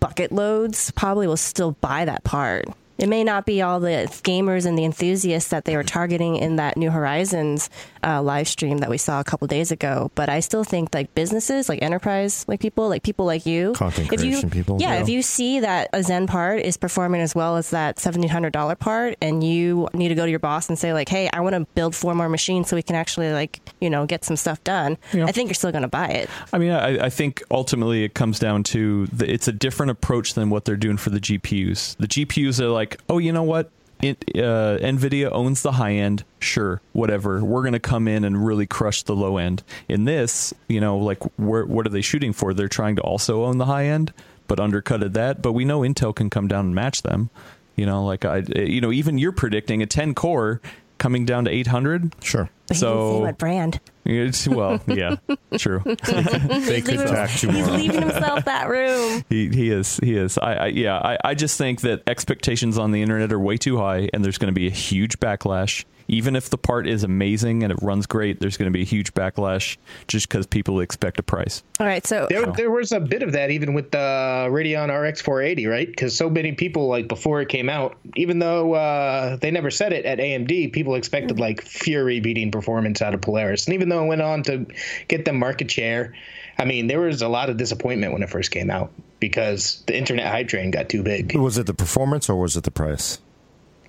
C: bucket loads probably will still buy that part. It may not be all the gamers and the enthusiasts that they were targeting in that New Horizons uh, live stream that we saw a couple days ago, but I still think like businesses, like enterprise, like people, like people like you,
A: Content
C: if you-
A: creation people,
C: yeah,
A: yeah.
C: if you see that a Zen part is performing as well as that seventeen hundred dollar part, and you need to go to your boss and say like, "Hey, I want to build four more machines so we can actually like you know get some stuff done," I think you're still going to buy it.
D: I mean, I, I think ultimately it comes down to the, it's a different approach than what they're doing for the GPUs. The GPUs are like, oh, you know what? It, uh, Nvidia owns the high end. Sure, whatever. We're going to come in and really crush the low end. In this, you know, like, where, what are they shooting for? They're trying to also own the high end, but undercutted that. But we know Intel can come down and match them. You know, like I, you know, even you're predicting a 10 core coming down to 800.
A: Sure.
C: But he didn't say
D: So-
C: what brand.
D: It's, well, yeah, true.
A: They
C: He's leaving,
A: talk
C: he's leaving himself that room.
D: He, he is. He is. I, I yeah. I, I just think that expectations on the internet are way too high, and there's going to be a huge backlash. Even if the part is amazing and it runs great, there's going to be a huge backlash just because people expect a price.
C: All right, so
B: There, there was a bit of that even with the Radeon RX 480, right? Because so many people, like before it came out, even though uh, they never said it at AMD, people expected like fury beating performance out of Polaris. And even though it went on to get them market share, I mean, there was a lot of disappointment when it first came out because the internet hype train got too big.
A: Was it the performance or was it the price?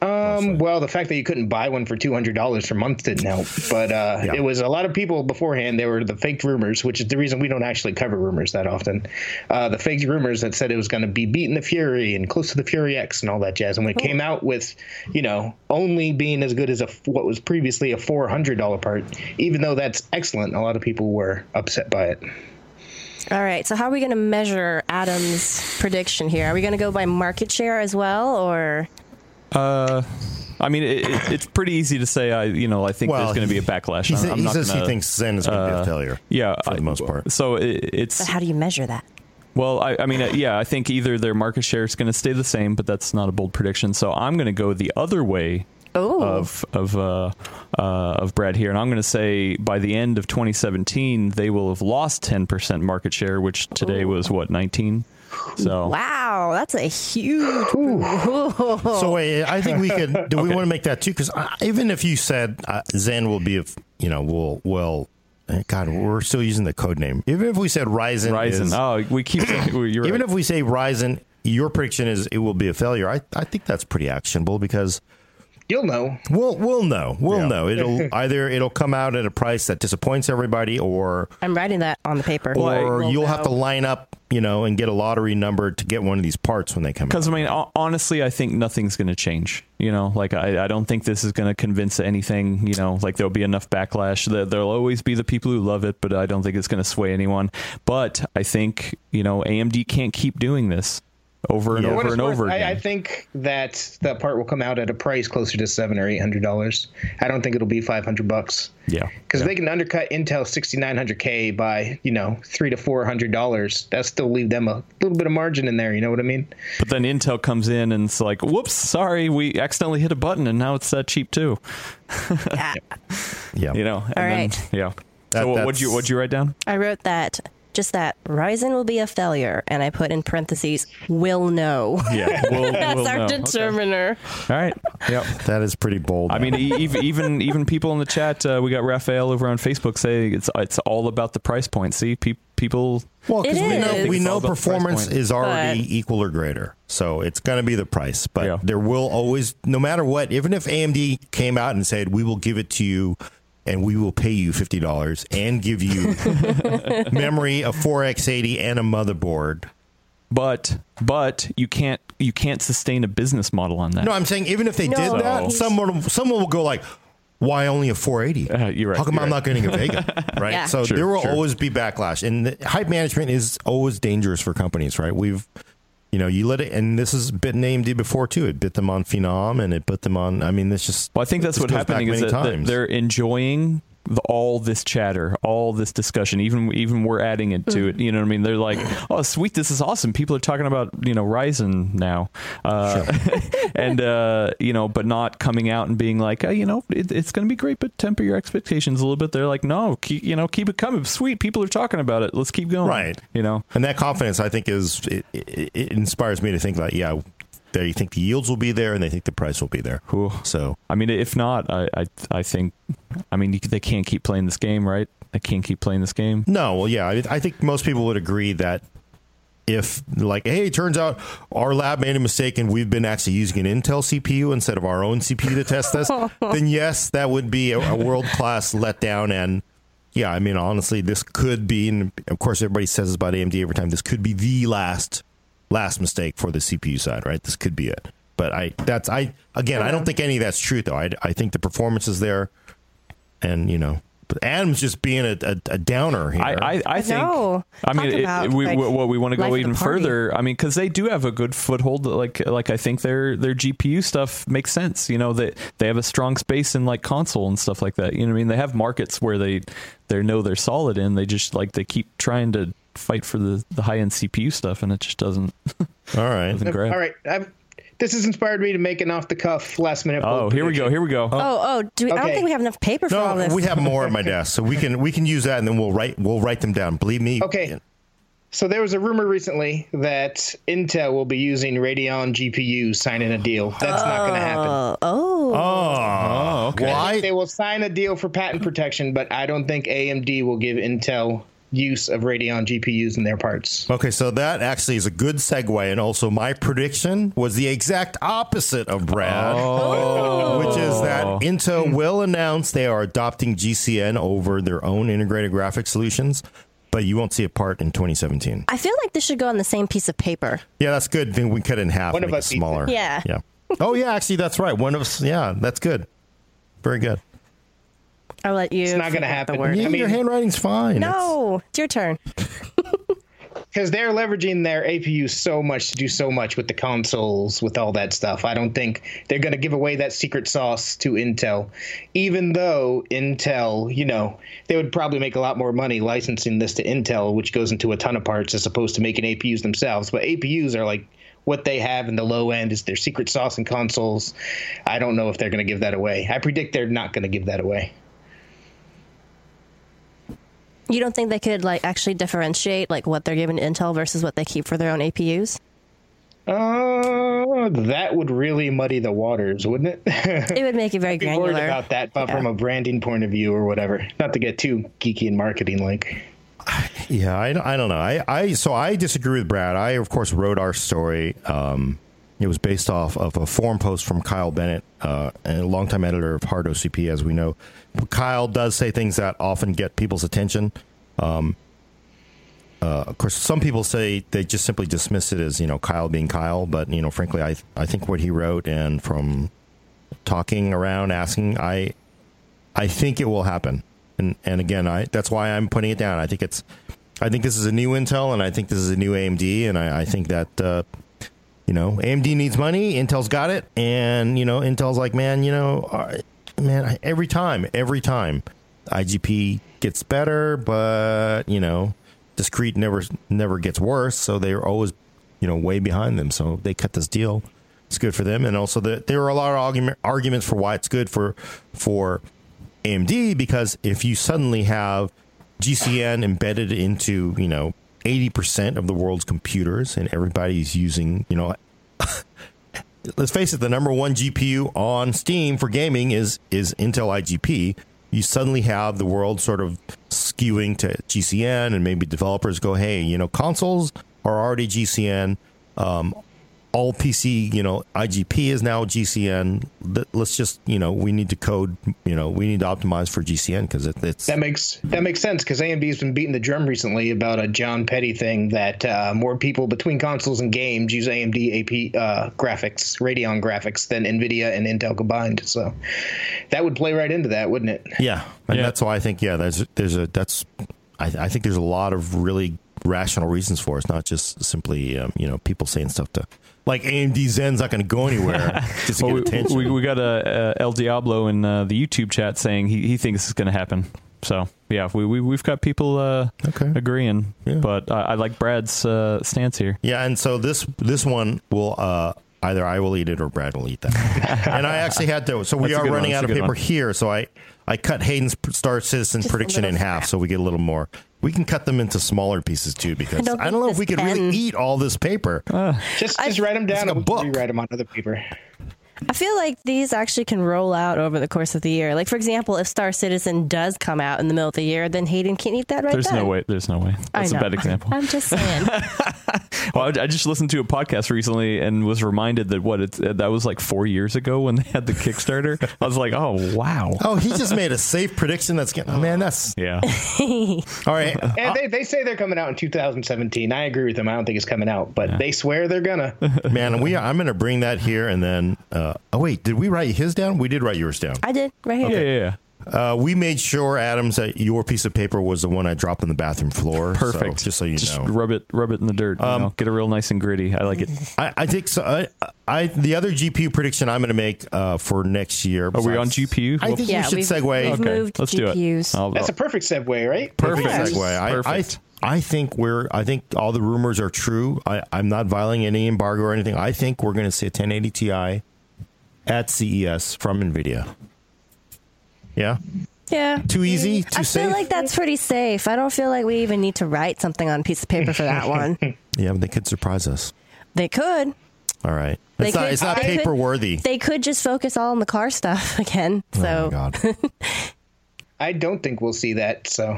B: Um, well, the fact that you couldn't buy one for two hundred dollars per month didn't help. But uh,
A: Yeah.
B: it was a lot of people beforehand. There were the faked rumors, which is the reason we don't actually cover rumors that often. Uh, the faked rumors that said it was going to be beating the Fury and close to the Fury X and all that jazz. And when it came out with, you know, only being as good as a what was previously a four hundred dollar part, even though that's excellent, a lot of people were upset by it.
C: all right, so how are we going to measure Adam's prediction here? Are we going to go by market share as well, or
D: Uh, I mean, it, it, it's pretty easy to say. I you know I think
A: Well,
D: there's going to be a backlash.
A: He,
D: I'm-
A: sa-
D: I'm
A: he
D: not
A: says
D: gonna-
A: he thinks Zen is going to be a
D: uh,
A: failure.
D: Yeah,
A: for the
D: I-
A: most part.
D: So it, it's
C: how do you measure that?
D: Well, I, I mean, uh, yeah, I think either their market share is going to stay the same, but that's not a bold prediction. So I'm going to go the other way
C: Oh.
D: of of uh, uh, of Brad here, and I'm going to say by the end of 2017 they will have lost 10 percent market share, which today was what 19. So
C: Wow, that's a huge.
A: So wait, I think we could. Do we want to make that too? Because even if you said uh, Zen will be, a, f- you know, will will. eh, God, we're still using the code name. Even if we said Ryzen,
D: Ryzen.
A: is-
D: Oh, we keep. You're right.
A: even if we say Ryzen, your prediction is it will be a failure. I I think that's pretty actionable because
B: You'll know.
A: we'll we'll know we'll know it'll either it'll come out at a price that disappoints everybody or
C: I'm writing that on the paper.
A: or
C: We'll
A: you'll
C: know.
A: have to line up you know and get a lottery number to get one of these parts when they come out.
D: Because I mean, ho- honestly, I think nothing's going to change. You know, like I, I don't think this is going to convince anything. You know, like there'll be enough backlash. There, there'll always be the people who love it, but I don't think it's going to sway anyone. But I think you know, AMD can't keep doing this over and
A: Yeah.
B: For what
D: over
B: it's
D: and
B: worth,
D: over
B: I, I
D: again.
B: think that the part will come out at a price closer to seven or eight hundred dollars. I don't think it'll be five hundred bucks.
D: yeah.
B: because they can undercut Intel 6900K by you know three to four hundred dollars. That still leave them a little bit of margin in there. You know what I mean?
D: But then Intel comes in and it's like, whoops, sorry, we accidentally hit a button and now it's that cheap too.
C: Yeah.
A: yeah,
D: You know.
C: All
D: And then-
C: right.
D: yeah.
A: That-
D: so what would you
A: that's-
D: what'd you write down?
C: I wrote that just that Ryzen will be a failure, and I put in parentheses will know.
D: Yeah. We'll,
C: That's
D: we'll
C: our
D: know. Okay.
C: determiner.
D: All right. Yep.
A: that is pretty bold.
D: I mean, e- even even even people in the chat. Uh, we got Raphael over on Facebook saying it's it's all about the price point. See, pe- people.
A: Well,
C: It
A: because we know
C: is.
A: we
D: It's
A: know
D: all about the price
A: performance
D: point.
A: is already
C: But-
A: equal or greater, so it's going to be the price. But
D: Yeah.
A: there will always, no matter what, even if AMD came out and said we will give it to you, and we will pay you fifty dollars and give you memory, a four X eighty, and a motherboard.
D: But but you can't you can't sustain a business model on that.
A: No, I'm saying even if they
C: No.
A: did that,
C: So-
A: someone someone will go like. Why only a 480?
D: Uh, you're right,
A: How come
D: you're
A: I'm
D: right.
A: not getting a Vega? Right.
C: Yeah.
A: So
D: Sure,
A: there will
D: sure.
A: always be backlash, and the hype management is always dangerous for companies. Right. We've, you know, you let it, and this has bitten AMD before too. It bit them on Phenom, and it put them on. I mean, this just.
D: Well, I think that's
A: this
D: what's
A: goes back
D: happening is
A: many
D: that, that
A: times.
D: they're enjoying the, all this chatter, all this discussion. Even even we're adding it to it. You know what I mean? They're like, "Oh, sweet, this is awesome." People are talking about you know Ryzen now, uh, and uh, you know, but not coming out and being like, oh, you know, it, it's going to be great, but temper your expectations a little bit. They're like, "No, keep, you know, keep it coming. Sweet, people are talking about it. Let's keep going."
A: Right.
D: You know.
A: And that confidence, I think, is it, it, it inspires me to think like, yeah, they think the yields will be there, and they think the price will be there.
D: Ooh.
A: So
D: I mean, if not, I I, I think, I mean, you, they can't keep playing this game, right? They can't keep playing this game.
A: No, well, yeah, I, I think most people would agree that if, like, hey, it turns out our lab made a mistake and we've been actually using an Intel CPU instead of our own CPU to test this, then yes, that would be a, a world class letdown. And yeah, I mean, honestly, this could be, and of course, everybody says this about AMD every time. This could be the last last mistake for the CPU side, right? This could be it. But I, that's I again, I don't think any of that's true though. I, I think the performance is there, and you know, But Adam's just being a, a, a downer here.
D: I, I, I think.
C: No.
D: I mean,
C: Talk
D: it-
C: about,
D: we,
C: like,
D: what what we want to
C: life
D: go
C: of
D: even
C: the party.
D: further. I mean, because they do have a good foothold. Like, like I think their their GPU stuff makes sense. You know that they have a strong space in like console and stuff like that. You know, what I mean, they have markets where they they know they're solid in. They just like they keep trying to fight for the the high end CPU stuff, and it just doesn't
A: All right.
D: doesn't grab.
B: All right, I've, this has inspired me to make an off the cuff last minute.
D: Oh, here we go. Here we go.
C: Oh, oh, do we, I don't
B: Okay.
C: think we have enough paper for all
A: No,
C: this.
A: we have more at my desk, so we can we can use that, and then we'll write we'll write them down. Believe me.
B: Okay. So there was a rumor recently that Intel will be using Radeon GPUs, signing a deal. That's not
D: Ah.
B: going to happen.
C: oh, oh,
A: Oh, okay.
B: They will sign a deal for patent protection, but I don't think AMD will give Intel use of Radeon GPUs in their parts.
A: Okay, so that actually is a good segue, and also my prediction was the exact opposite of Brad, which is that Intel will announce they are adopting GCN over their own integrated graphic solutions, but you won't see it part in 2017.
C: I feel like this should go on the same piece of paper.
A: Yeah, that's good. Then we cut it in half,
B: One
A: make
B: of
A: it
B: us eats it.
A: smaller.
C: Yeah.
A: yeah. Oh yeah, actually that's right. One of us. Yeah, that's good. Very good.
C: I'll let you. It's
B: not gonna happen.
C: The word.
A: Yeah,
B: mean-
A: your handwriting's fine. It's-
C: No, it's your turn.
B: Because they're leveraging their APU so much to do so much with the consoles, with all that stuff. I don't think they're going to give away that secret sauce to Intel, even though Intel, you know, they would probably make a lot more money licensing this to Intel, which goes into a ton of parts as opposed to making APUs themselves. But APUs are like what they have in the low end is their secret sauce in consoles. I don't know if they're going to give that away. I predict they're not going to give that away.
C: You don't think they could like actually differentiate like what they're giving to Intel versus what they keep for their own APUs?
B: Uh, that would really muddy the waters, wouldn't it?
C: It would make it very
B: be worried
C: granular.
B: about that, but from a branding point of view or whatever. Not to get too geeky and marketing like.
A: Yeah, I, don't- I don't know. I, I so I disagree with Brad. I of course wrote our story. Um, it was based off of a forum post from Kyle Bennett, uh, a longtime editor of Hard OCP, as we know. Kyle does say things that often get people's attention. Um, uh, of course, some people say they just simply dismiss it as you know Kyle being Kyle, but you know, frankly, I I think what he wrote and from talking around, asking, I I think it will happen. And and again, I that's why I'm putting it down. I think it's I think this is a new Intel and I think this is a new AMD and I, I think that uh, you know, AMD needs money, Intel's got it, and you know, Intel's like, man, you know, uh, man, I, every time, every time IGP gets better, but you know, discrete never never gets worse, so they're always, you know, way behind them. So they cut this deal. It's good for them, and also the, there are a lot of argument, arguments for why it's good for for AMD because if you suddenly have GCN embedded into, you know, 80% of the world's computers and everybody's using, you know, let's face it, the number one GPU on Steam for gaming is is Intel IGP. You suddenly have the world sort of skewing to GCN and maybe developers go, "Hey, you know, consoles are already GCN. Um, all PC, you know, IGP is now GCN. Let- Let's just, you know, we need to code, you know, we need to optimize for GCN because it, it's
B: That makes that makes sense because AMD's been beating the drum recently about a John Petty thing that uh, more people between consoles and games use AMD AP uh, graphics, Radeon graphics, than Nvidia and Intel combined. So that would play right into that, wouldn't it?
A: Yeah, and
D: Yeah.
A: that's why I think yeah, there's there's a that's I, I think there's a lot of really rational reasons for it. It's not just simply um, you know people saying stuff to like AMD Zen's not going to go anywhere just to
D: Well,
A: get
D: we,
A: attention.
D: we, we got a, uh El Diablo in uh, the YouTube chat saying he, he thinks it's going to happen. So yeah, we, we we've got people uh,
A: Okay.
D: agreeing,
A: Yeah.
D: but I, I like Brad's uh, stance here.
A: yeah, and so this this one will uh, either I will eat it or Brad will eat that. and I actually had to. So we
D: That's a
A: are
D: good one,
A: running
D: that's
A: out
D: a
A: of
D: good
A: paper
D: one.
A: here. So I I cut Hayden's Star Citizen
C: Just a
A: prediction in
C: little
A: half,
C: scrap.
A: so we get a little more. We can cut them into smaller pieces too, because I
C: don't
A: don't,
C: think
A: know if
C: this
A: we could
C: pen-
A: really eat all this paper.
B: Just just write them down
A: like a
B: and we
A: book.
B: can rewrite them on other paper.
C: I feel like these actually can roll out over the course of the year. Like for example, if Star Citizen does come out in the middle of the year, then Hayden can eat that right
D: There's
C: then.
D: no way. There's no way.
C: I
D: That's a
C: know.
D: bad example.
C: I'm just saying.
D: Well, I, I just listened to a podcast recently and was reminded that what it's, that was like four years ago when they had the Kickstarter. I was like, oh wow,
A: Oh, he just made a safe prediction. That's getting, oh, man, that's
D: yeah.
A: all right.
B: And they, they say they're coming out in 2017. I agree with them. I don't think it's coming out, but they swear they're gonna.
A: Man, we I'm going to bring that here and then. Uh, oh wait, did we write his down? We did write yours down.
C: I did right here.
D: yeah, yeah, yeah.
A: Uh, we made sure, Adams, that your piece of paper was the one I dropped on the bathroom floor. so-
D: Perfect.
A: just so you
D: just
A: know. Um,
D: rub it, rub it in the dirt. you know, get it real nice and gritty. I like it.
A: I, I think so. I, I the other GPU prediction I'm going to make uh, for next year.
D: Are we on
A: besides-
D: GPU?
A: I think
C: Yeah,
A: we
C: we've-
A: should segue.
C: we've moved
D: let's
C: GPUs.
D: do it. I'll-
B: That's a perfect segue, right?
A: Perfect
D: Yeah.
A: segue. I,
D: Perfect.
A: I, I think we're. I think all the rumors are true. I, I'm not violating any embargo or anything. I think we're going to see a 1080 Ti at CES from Nvidia. Yeah,
C: Yeah.
A: too easy, too
C: Mm, I
A: safe.
C: feel like that's pretty safe. I don't feel like we even need to write something on a piece of paper for that one.
A: yeah, but they could surprise us.
C: They could.
A: All right,
C: They
A: it's not.
C: could-
A: It's not
C: they could-
A: paper worthy.
C: They could just focus all on the car stuff again.
A: oh my
C: So,
A: god.
B: I don't think we'll see that. So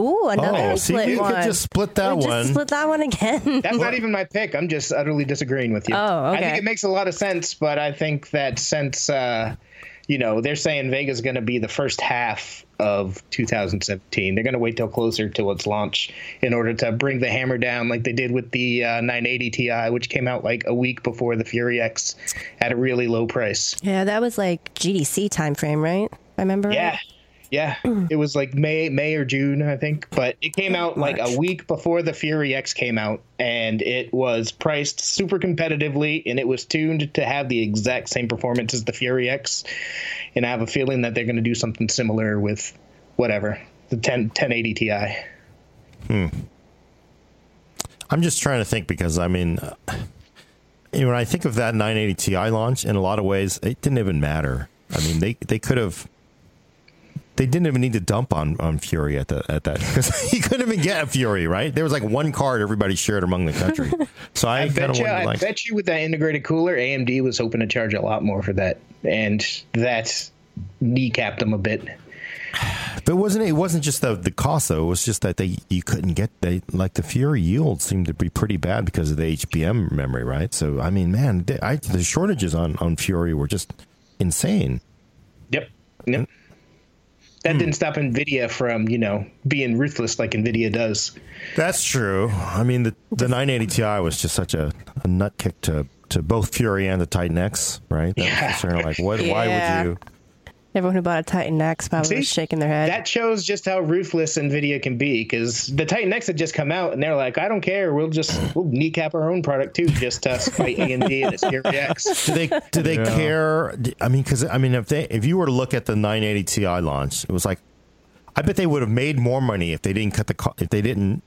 C: ooh, another
A: Oh, see,
C: split
A: we
C: one.
A: could just split that
C: we
A: one.
C: just split that one again.
B: that's not even my pick. I'm just utterly disagreeing with you.
C: Oh,
B: I
C: okay.
B: think it makes a lot of sense, but I think that since uh, you know they're saying Vega's going to be the first half of 2017, they're going to wait till closer to its launch in order to bring the hammer down, like they did with the uh, 980 Ti, which came out like a week before the Fury X at a really low price.
C: yeah, that was like GDC time frame, right? I remember.
B: Yeah.
C: right?
B: Yeah. It was like May May or June, I think. But it came out like a week before the Fury X came out and it was priced super competitively and it was tuned to have the exact same performance as the Fury X. And I have a feeling that they're gonna do something similar with whatever. The 10, 1080 Ti.
A: I'm just trying to think because I mean, uh, you know, when I think of that 980 Ti launch, in a lot of ways, it didn't even matter. I mean, they they could have. They didn't even need to dump on, on Fury at the at that because he couldn't even get a Fury right. There was like one card everybody shared among the country. So I, kind of
B: Bet you,
A: wonder
B: I
A: like
B: bet you with that integrated cooler, AMD was hoping to charge a lot more for that. And that kneecapped them a bit.
A: But wasn't it? It wasn't just the the cost though. It was just that they you couldn't get they like the Fury yield seemed to be pretty bad because of the HBM memory, right? So I mean, man, the, I, the shortages on on Fury were just insane.
B: Yep. Yep. That didn't stop Nvidia from, you know, being ruthless like Nvidia does.
A: That's true. I mean, the the 980 Ti was just such a, a nut kick to to both Fury and the Titan X, right? That was just sort of like, what? Why
C: Yeah.
A: would you?
C: Everyone who bought a Titan X probably
B: See?
C: was shaking their head.
B: That shows just how ruthless Nvidia can be because the Titan X had just come out and they're like, I don't care. We'll just we'll kneecap our own product too, just to spite AMD and its Fury X.
A: Do they do they care? I mean, because I mean, if they if you were to look at the 980 Ti launch, it was like, I bet they would have made more money if they didn't cut the co- if they didn't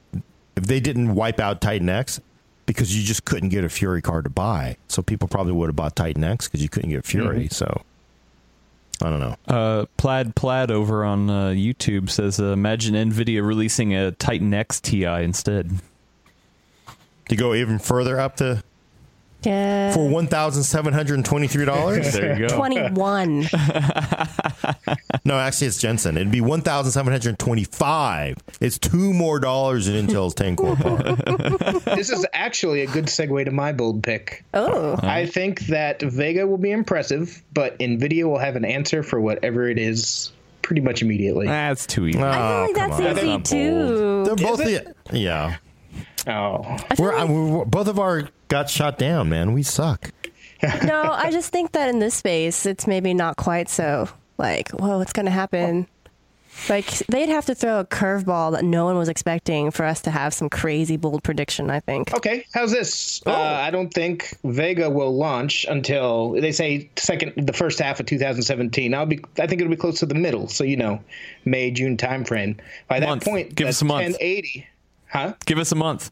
A: if they didn't wipe out Titan X because you just couldn't get a Fury card to buy. So people probably would have bought Titan X because you couldn't get Fury. So I don't know.
D: Uh, plaid plaid over on uh, YouTube says, uh, imagine Nvidia releasing a Titan X Ti instead.
A: To go even further up the
C: yeah.
A: for one thousand seven hundred and twenty three dollars.
D: There you go.
C: 21.
A: no, actually, it's Jensen. It'd be one thousand seven hundred twenty five. It's two more dollars in Intel's ten core bar.
B: this is actually a good segue to my bold pick.
C: Oh,
B: I think that Vega will be impressive, but Nvidia will have an answer for whatever it is pretty much immediately.
D: That's too easy.
C: I
A: Ah,
C: feel like that's
B: That's
C: easy
D: not
C: too.
A: They're both the yeah.
B: Oh.
A: We're, I- we're- both of our got shot down, man. We suck.
C: no, I just think that in this space, it's maybe not quite so like, whoa, what's going to happen? Like, they'd have to throw a curveball that no one was expecting for us to have some crazy bold prediction, I think.
B: Okay, how's this?
D: Oh.
B: Uh, I don't think Vega will launch until they say second, the first half of 2017. I'll be, I think it'll be close to the middle, so you know, May June timeframe. By that
D: Month.
B: point,
D: Give
B: the
D: us a month.
B: 1080, huh?
D: Give us a month.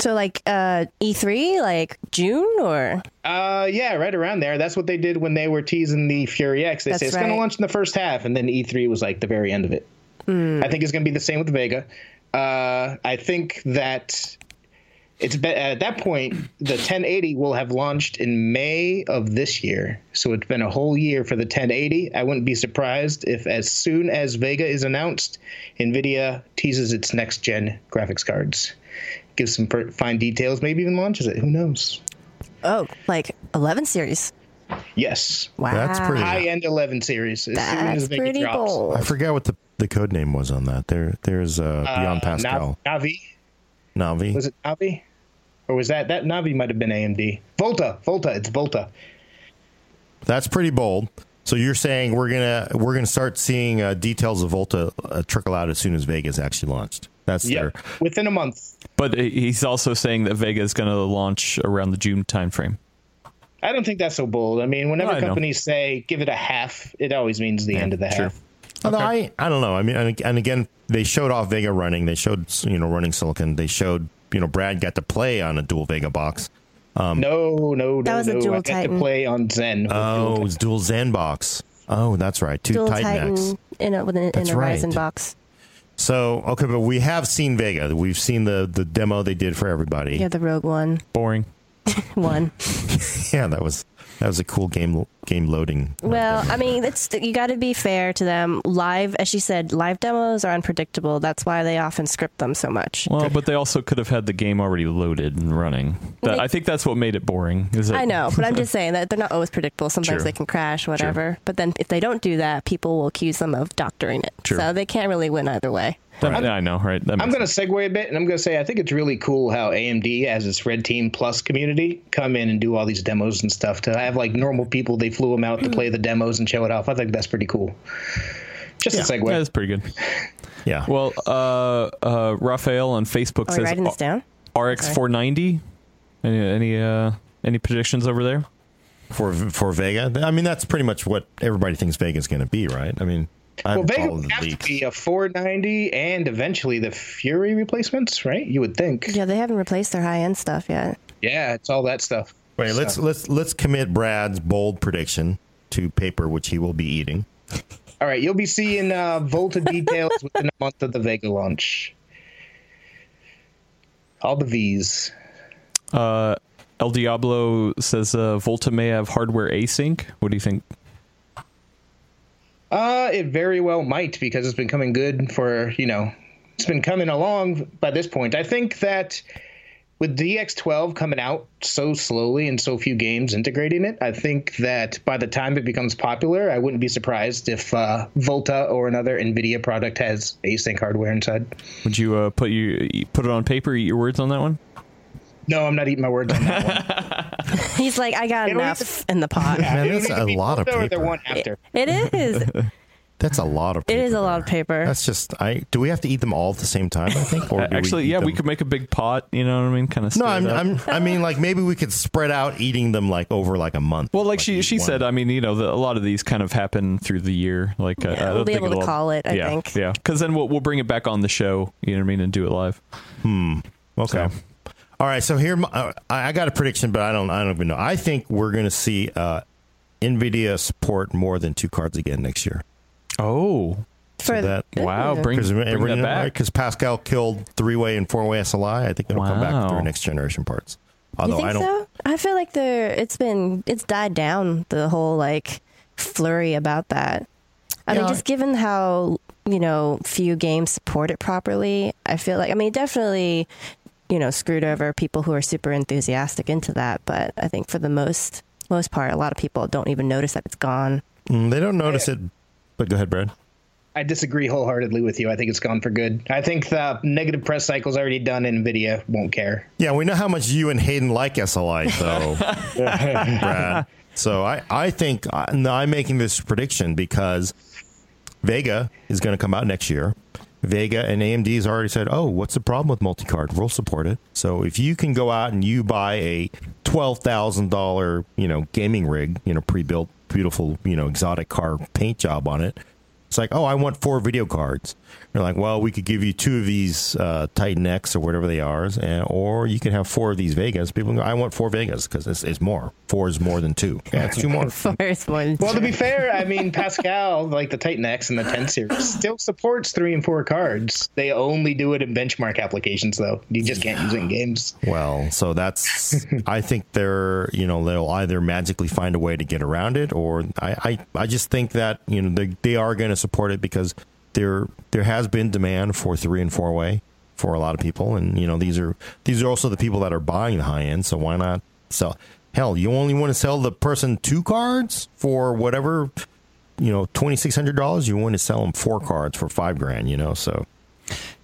C: So, like, uh, E3, like June or?
B: Uh, yeah, right around there. That's what they did when they were teasing the Fury X. They
C: That's
B: say it's going
C: right.
B: to launch in the first half, and then E3 was like the very end of it.
C: Hmm.
B: I think it's going to be the same with Vega. Uh, I think that it's be- at that point the 1080 will have launched in May of this year, so it's been a whole year for the 1080. I wouldn't be surprised if, as soon as Vega is announced, Nvidia teases its next gen graphics cards, gives some fir- fine details, maybe even launches it. Who knows?
C: Oh, like 11 series.
B: Yes,
C: Wow.
A: That's pretty-
D: Ah.
B: high end 11 series. As soon
C: That's
B: as Vega
C: pretty
A: I
B: drops.
C: bold.
A: forgot what the, the code name was on that. There, there's uh, Beyond
B: Uh, Nav-
A: Pascal,
B: Navi
A: Navi.
B: was it Navi, or was that that Navi might have been AMD? Volta, Volta, it's Volta.
A: That's pretty bold. So you're saying we're gonna we're gonna start seeing uh, details of Volta uh, trickle out as soon as Vegas actually launched. That's
B: Yep.
A: their
B: Within a month.
D: But he's also saying that Vega is going to launch around the June timeframe.
B: I don't think that's so bold. I mean, whenever
D: I know.
B: companies say give it a half, it always means the end of the half.
D: sure.
A: Although I, I don't know. I mean, and, and again, they showed off Vega running. They showed you know running Silicon. They showed you know Brad got to play on a dual Vega box.
D: Um,
B: No, no, no,
C: That was a
B: no.
C: dual
B: I got to
C: Titan.
B: play on Zen.
A: Oh,
B: with dual
D: Uh,
B: Titan.
A: it's dual Zen box. Oh, that's right, two
C: Dual
A: Titan,
C: Titan
A: X.
C: in a, with an, in
A: That's
C: a
A: right.
C: Ryzen box.
A: So okay, but we have seen Vega. We've seen the the demo they did for everybody.
C: Yeah, the Rogue One.
D: Boring.
C: One.
A: Yeah, that was that was a cool game game loading. uh,
C: Well, I mean, it's you got to be fair to them. Live, as she said, live demos are unpredictable. That's why they often script them so much.
D: Well, but they also could have had the game already loaded and running. That,
C: they-
D: I think that's what made it boring. Is that,
C: I know, but I'm just saying that they're not always predictable. Sometimes
D: True.
C: they can crash, whatever. But then if they don't do that, people will accuse them of doctoring it.
D: True.
C: So they can't really win either way.
D: That- I know, right? That
B: I'm
D: makes
B: going to segue a bit, and I'm going to say I think it's really cool how AMD, as its Red Team Plus community, come in and do all these demos and stuff. To have like normal people, they flew them out to play the demos and show it off. I think that's pretty cool. Just a
D: sense.
B: segue.
D: Yeah, that's pretty good.
A: yeah. Well,
D: Well, uh, uh, Raphael on Facebook
C: Are we
D: says
C: writing this down?
D: RX 490. Any any uh, any predictions over there?
A: for for Vega, I mean that's pretty much what everybody thinks Vega's going to be, right? I mean, I
B: well,
A: haven't
B: Vega
A: followed
B: would
A: the
B: have
A: leaks.
B: to be a 490 and eventually the Fury replacements, right? You would think. Yeah,
C: Yeah, they haven't replaced their high end stuff yet.
B: it's all that stuff.
A: Wait, let's
B: So-
A: let's let's commit Brad's bold prediction to paper, which he will be eating.
B: All right, you'll be seeing uh, Volta details within a month of the Vega launch. All the V's.
D: Uh, El Diablo says uh, Volta may have hardware async. What do you think?
B: Uh, it very well might because it's been coming good for, you know, it's been coming along by this point. I think that with DX12 coming out so slowly and so few games integrating it, I think that by the time it becomes popular, I wouldn't be surprised if uh, Volta or another NVIDIA product has async hardware inside.
D: Would you uh, put you put it on paper? Eat your words on that one.
B: No, I'm not eating my words on that one.
C: He's like, I got
B: They don't
C: enough
B: need to-
C: in the pot.
A: Man,
B: It'll
A: that's
B: either
A: a
B: be
A: lot of
B: Volta or the
A: paper.
B: one after.
C: It is.
A: That's a lot of.
C: It
A: paper.
C: is a lot of paper.
A: That's just I. Do we have to eat them all at the same time? I think. Or do we
D: Actually,
A: eat
D: yeah, we
A: them-
D: could make a big pot. You know what I mean? Kind of.
A: No, I'm, I'm. I mean, like maybe we could spread out eating them like over like a month.
D: Well, like, she
A: eat
D: she
A: one.
D: said, uh, I mean, you know, the, a lot of these kind of happen through the year. Like, uh, I- I,
C: we'll
D: don't
C: be
D: think
C: able to
D: it'll-
C: call it, I
D: yeah,
C: think.
D: Yeah, because then we'll we'll bring it back on the show. You know what I mean, and do it live.
A: Okay. All right. So here, my- uh, I I got a prediction, but I don't. I don't even know. I think we're going to see uh, Nvidia support more than two cards again next year.
D: Oh,
C: For
A: that-
D: wow! Bring,
A: Because
D: bring that back.
A: Because Pascal killed three-way and four-way SLI. I think it'll come back
D: Wow.
A: through next generation parts.
C: You
A: Although
C: think
A: I don't.
C: so? I feel like there it's been it's died down the whole like flurry about that. I mean,
A: Yeah.
C: just given how you know few games support it properly, I feel like I mean it definitely you know screwed over people who are super enthusiastic into that. But I think for the most most part, a lot of people don't even notice that it's gone.
A: Mm, They don't notice it. But go ahead, Brad.
B: I disagree wholeheartedly with you. I think it's gone for good. I think the negative press cycle's already done. and Nvidia won't care.
A: Yeah, we know how much you and Hayden like SLI, though, Brad. So I, I think I, no, I'm making this prediction because Vega is going to come out next year. Vega and AMD's already said, oh, what's the problem with multi-card? We'll support it. So if you can go out and you buy a $12,000, you know, gaming rig, you know, pre-built, beautiful, you know, exotic car paint job on it, it's like, oh, I want four video cards. They're like, well, we could give you two of these uh, Titan X or whatever they are, and, or you can have four of these Vegas. People go, I want four Vegas because it's, it's more. Four is more than two. Yeah, it's two more.
C: First one.
B: Well, to be fair, I mean Pascal, like the Titan X and the 10 series, still supports three and four cards. They only do it in benchmark applications, though. You just can't use it in games.
A: Well, so that's. I think they're. You know, they'll either magically find a way to get around it, or I. I, I just think that you know they they are going to support it because there there has been demand for three and four way for a lot of people, and you know these are these are also the people that are buying the high end. So why not sell? Hell, you only want to sell the person two cards for whatever. You know, twenty six hundred dollars. You want to sell them four cards for five grand. You know, so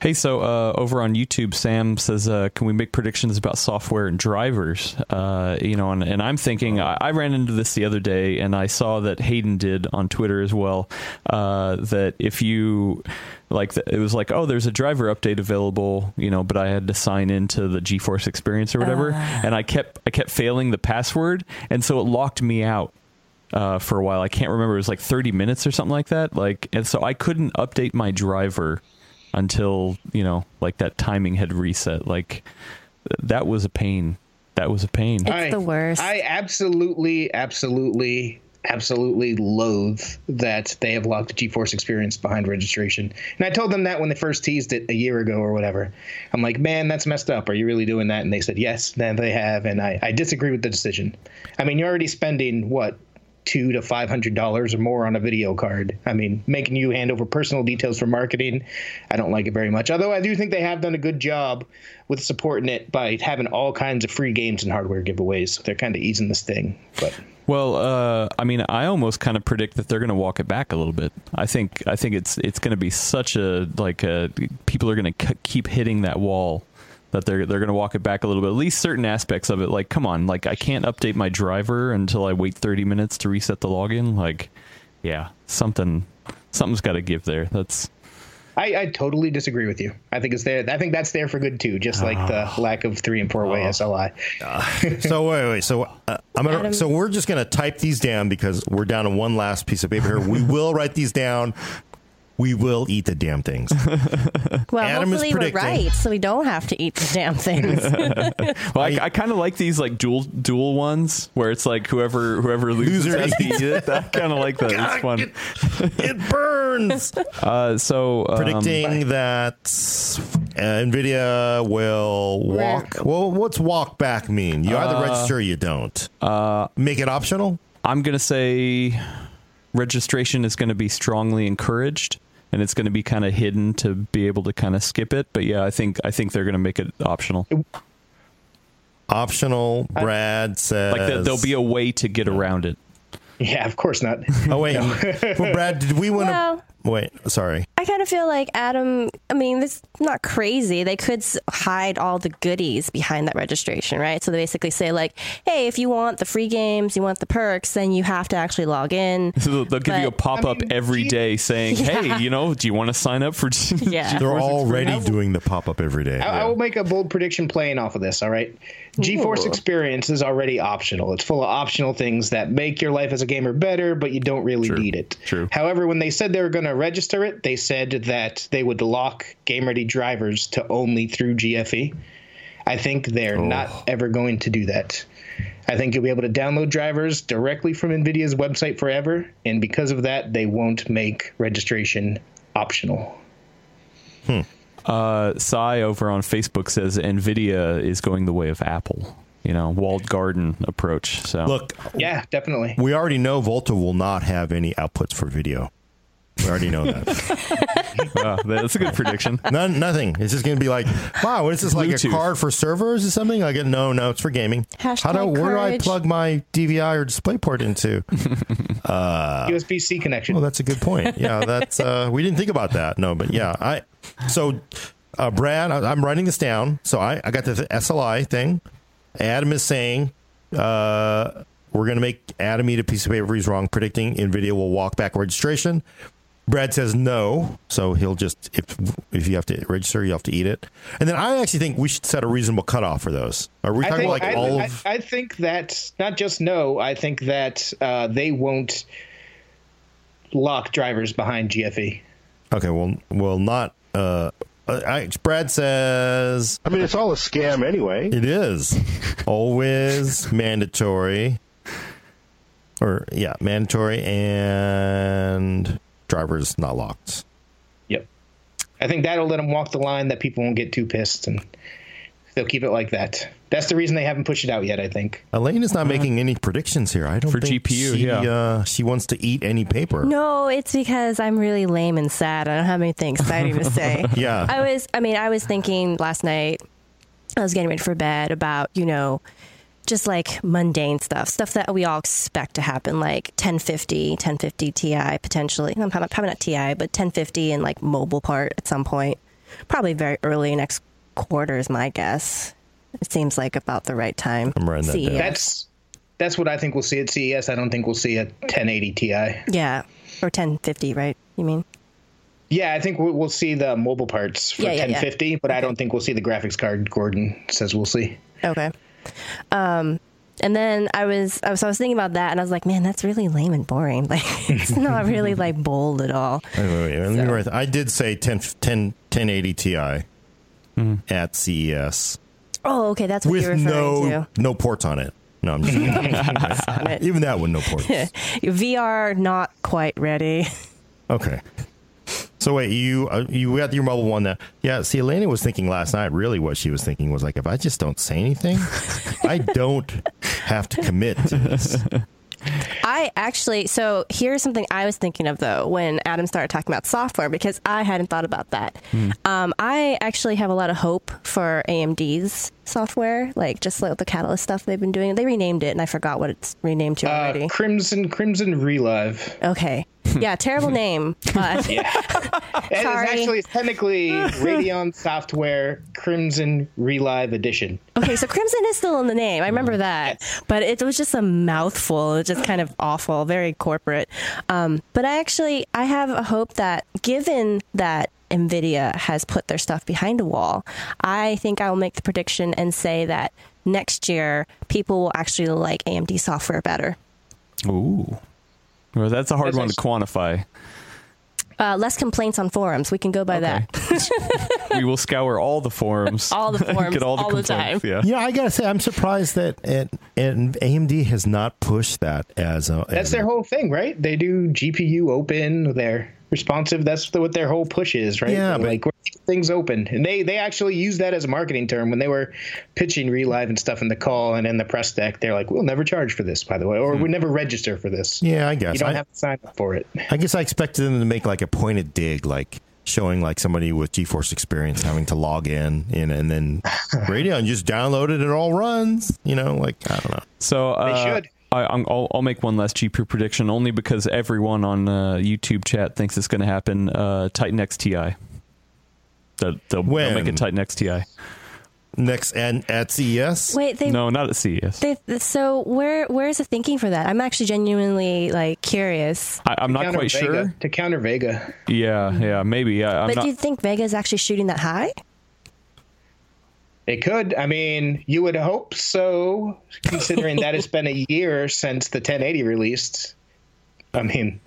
D: Hey, so uh, over on YouTube, Sam says, uh, "Can we make predictions about software and drivers?" Uh, you know, and, and I'm thinking, I, I ran into this the other day, and I saw that Hayden did on Twitter as well. Uh, that if you like, the, it was like, "Oh, there's a driver update available," you know, but I had to sign into the GeForce Experience or whatever, and I kept I kept failing the password, and so it locked me out uh, for a while. I can't remember. It was like 30 minutes or something like that. Like, and so I couldn't update my driver until you know, like that timing had reset. Like, th- that was a pain. That was a pain.
C: It's the worst.
B: I absolutely, absolutely, absolutely loathe that they have locked GeForce Experience behind registration. And I told them that when they first teased it a year ago or whatever. I'm like, man, that's messed up. Are you really doing that? And they said, yes, then they have. And I, I disagree with the decision. I mean, you're already spending, what, two to five hundred dollars or more on a video card. I mean, making you hand over personal details for marketing, I don't like it very much. Although I do think they have done a good job with supporting it by having all kinds of free games and hardware giveaways. So they're kind of easing this thing. But
D: Well, uh, I mean, I almost kind of predict that they're going to walk it back a little bit. I think I think it's it's going to be such a like a, people are going to c- keep hitting that wall that they're they're going to walk it back a little bit. At least certain aspects of it. Like, come on, like I can't update my driver until I wait thirty minutes to reset the login. Like, yeah, something something's got to give there. That's
B: I, I totally disagree with you. I think it's there. I think that's there for good too, just like the lack of three and four way SLI.
A: So wait, wait. So uh, I'm gonna.
C: Adam-
A: so we're just gonna type these down because we're down to one last piece of paper here. We will write these down. We will eat the damn things.
C: well,
A: Adam is
C: hopefully we're
A: predicting-
C: right, so we don't have to eat the damn things.
D: well, I, I kind of like these like dual dual ones where it's like whoever whoever loses
A: Loser
D: has to eat it. I kind of like that. It's fun.
A: Ah, It burns.
D: Uh, so um,
A: Predicting that uh, Nvidia will walk. Well, what's walk back mean? You
D: Uh,
A: either register or you don't. Uh, Make it optional.
D: I'm going to say registration is going to be strongly encouraged and it's going to be kind of hidden to be able to kind of skip it. But yeah, I think I think they're going to make it optional.
A: Optional. Brad says.
D: Like there, there'll be a way to get around it.
B: Yeah, of course not.
A: oh wait, well, Brad, did we want to?
C: Well-
A: wait, sorry.
C: I kind of feel like Adam. I mean, this is not crazy. They could s- hide all the goodies behind that registration, right? So they basically say like, "Hey, if you want the free games, you want the perks, then you have to actually log in."
D: So they'll, they'll give you a
C: But-
D: pop up
B: mean,
D: every
B: gee-
D: day saying,
C: Yeah.
D: "Hey, you know, do you want to sign up for?"
C: Yeah.
A: They're already doing the pop up every day.
B: I, I will make a bold prediction playing off of this. All right, GeForce Experience is already optional. It's full of optional things that make your life as a gamer better, but you don't really need it.
D: True.
B: However, when they said they were going to register it, they said that they would lock game ready drivers to only through GFE. I think
D: Oh.
B: they're not ever going to do that. I think you'll be able to download drivers directly from NVIDIA's website forever, and because of that, they won't make registration optional.
D: Uh, Sai over on Facebook says Nvidia is going the way of Apple. You know, walled garden approach. So
A: Look,
B: Yeah, definitely.
A: we already know Volta will not have any outputs for video. We already know that.
D: Wow, that's a good prediction.
A: None, nothing. It's just going to be like, wow, what is this like a
D: Bluetooth.
A: card for servers or something? I get no, no, it's for gaming. How do
C: Hashtag
A: where do I
C: courage.
A: plug my DVI or DisplayPort into?
B: USB C connection.
A: Well, that's a good point. Yeah, that's uh, we didn't think about that. No, but yeah, I so uh, Brad, I, I'm writing this down. So I, I got the SLI thing. Adam is saying uh, we're gonna make Adam eat a piece of paper. He's wrong. Predicting Nvidia will walk back registration. Brad says no, so he'll just if if you have to register, you have to eat it. And then I actually think we should set a reasonable cutoff for those. Are we talking like
B: I,
A: all
B: I-
A: of?
B: I think that not just no. I think that uh, they won't lock drivers behind E. GFE.
A: okay, well, well, not. Uh, I, Brad says
E: I mean, it's all a scam anyway.
A: It is always mandatory, or yeah, mandatory and drivers not locked.
B: Yep. I think that'll let them walk the line that people won't get too pissed and they'll keep it like that. That's the reason they haven't pushed it out yet. I think.
A: Elaine is not making any predictions here. I don't
D: Uh-huh. For
A: think
D: GPU,
A: She,
D: yeah.
A: uh, she wants to eat any paper.
C: No, it's because I'm really lame and sad. I don't have anything exciting to say.
A: Yeah.
C: I was, I mean, I was thinking last night, I was getting ready for bed about, you know, just like mundane stuff, stuff that we all expect to happen, like 1050, 1050 Ti potentially. No, probably probably not Ti, but 1050 and like mobile part at some point. probably very early next quarter is my guess. It seems like about the right time. E
A: I'm writing that
C: CES.
A: down.
B: That's that's what I think we'll see at CES. I don't think we'll see a 1080 Ti.
C: yeah, or 1050, right? You mean?
B: Yeah, I think we- we'll see the mobile parts for
C: Yeah, yeah, yeah.
B: 1050, but I don't think we'll see the graphics card. Gordon says we'll see.
C: Okay. Um, and then I was, I was, so I was thinking about that, and I was like, man, that's really lame and boring. Like, it's not really like bold at all.
A: Wait, wait, wait. Let me write. I did say 10, 10, 1080 Ti
D: Mm-hmm.
A: at CES
C: Oh, okay, that's what you're
A: with
C: referring
A: no no ports on it. No, I'm just
C: it.
A: even that one no ports.
C: to. VR not quite ready.
A: Okay. So wait, you uh, you got your mobile one now? Yeah. See, Elena was thinking last night. Really, what she was thinking was like, if I just don't say anything, I don't have to commit to this.
C: I actually, so here's something I was thinking of though when Adam started talking about software because I hadn't thought about that.
A: Hmm.
C: Um, I actually have a lot of hope for AMD's software, like just like the Catalyst stuff they've been doing. They renamed it and I forgot what it's renamed to
B: Uh,
C: already.
B: Crimson Crimson Relive.
C: okay. Yeah, terrible name, but
B: It is
C: Sorry.
B: actually technically Radeon Software Crimson Relive Edition.
C: Okay, so Crimson is still in the name. I remember that. But it was just a mouthful. It was just kind of awful, very corporate. Um, but I actually I have a hope that given that Nvidia has put their stuff behind a wall, I think I will make the prediction and say that next year people will actually like AMD software better.
D: Ooh. Well, that's a hard
B: That's
D: one to quantify.
C: Uh, less complaints on forums. We can go by that.
D: we will scour all the forums.
C: All the forums,
D: Get all the,
C: all the
D: complaints,
C: time.
D: Yeah.
A: Yeah, I gotta say, I'm surprised that it, and AMD has not pushed that as a.
B: That's their whole thing, right? They do GPU open. They're responsive. That's the, what their whole push is, right?
A: Yeah,
B: They're
A: but-
B: like we're keeping things open, and they they actually use that as a marketing term when they were pitching Relive and stuff in the call and in the press deck. They're like, we'll never charge for this, by the way, or we never register for this.
A: Hmm. Yeah, I
B: You
A: guess.
B: don't
A: I,
B: have to sign up for it.
A: I guess I expected them to make like a pointed dig, like showing like somebody with GeForce experience having to log in, and, and then Radeon just downloaded it all runs. You know, like I don't know.
D: So uh,
B: should.
D: I, I'm- I'll, I'll make one last GPU prediction only because everyone on uh, YouTube chat thinks it's going to happen. Uh, Titan XTi. They'll, they'll, they'll
A: When?
D: make it Titan XTi.
A: Next E and at CES,
C: Wait, they
D: No, not at E CES.
C: they so where where is the thinking for that? I'm actually genuinely like curious.
D: I, I'm not
B: Counter
D: quite
B: Vega,
D: sure.
B: to counter Vega.
D: Yeah, yeah, maybe. I, I'm
C: But
D: not,
C: do you think Vega is actually shooting that high?
B: It could. I mean, you would hope so, considering that it's been a year since the 1080 released. I mean,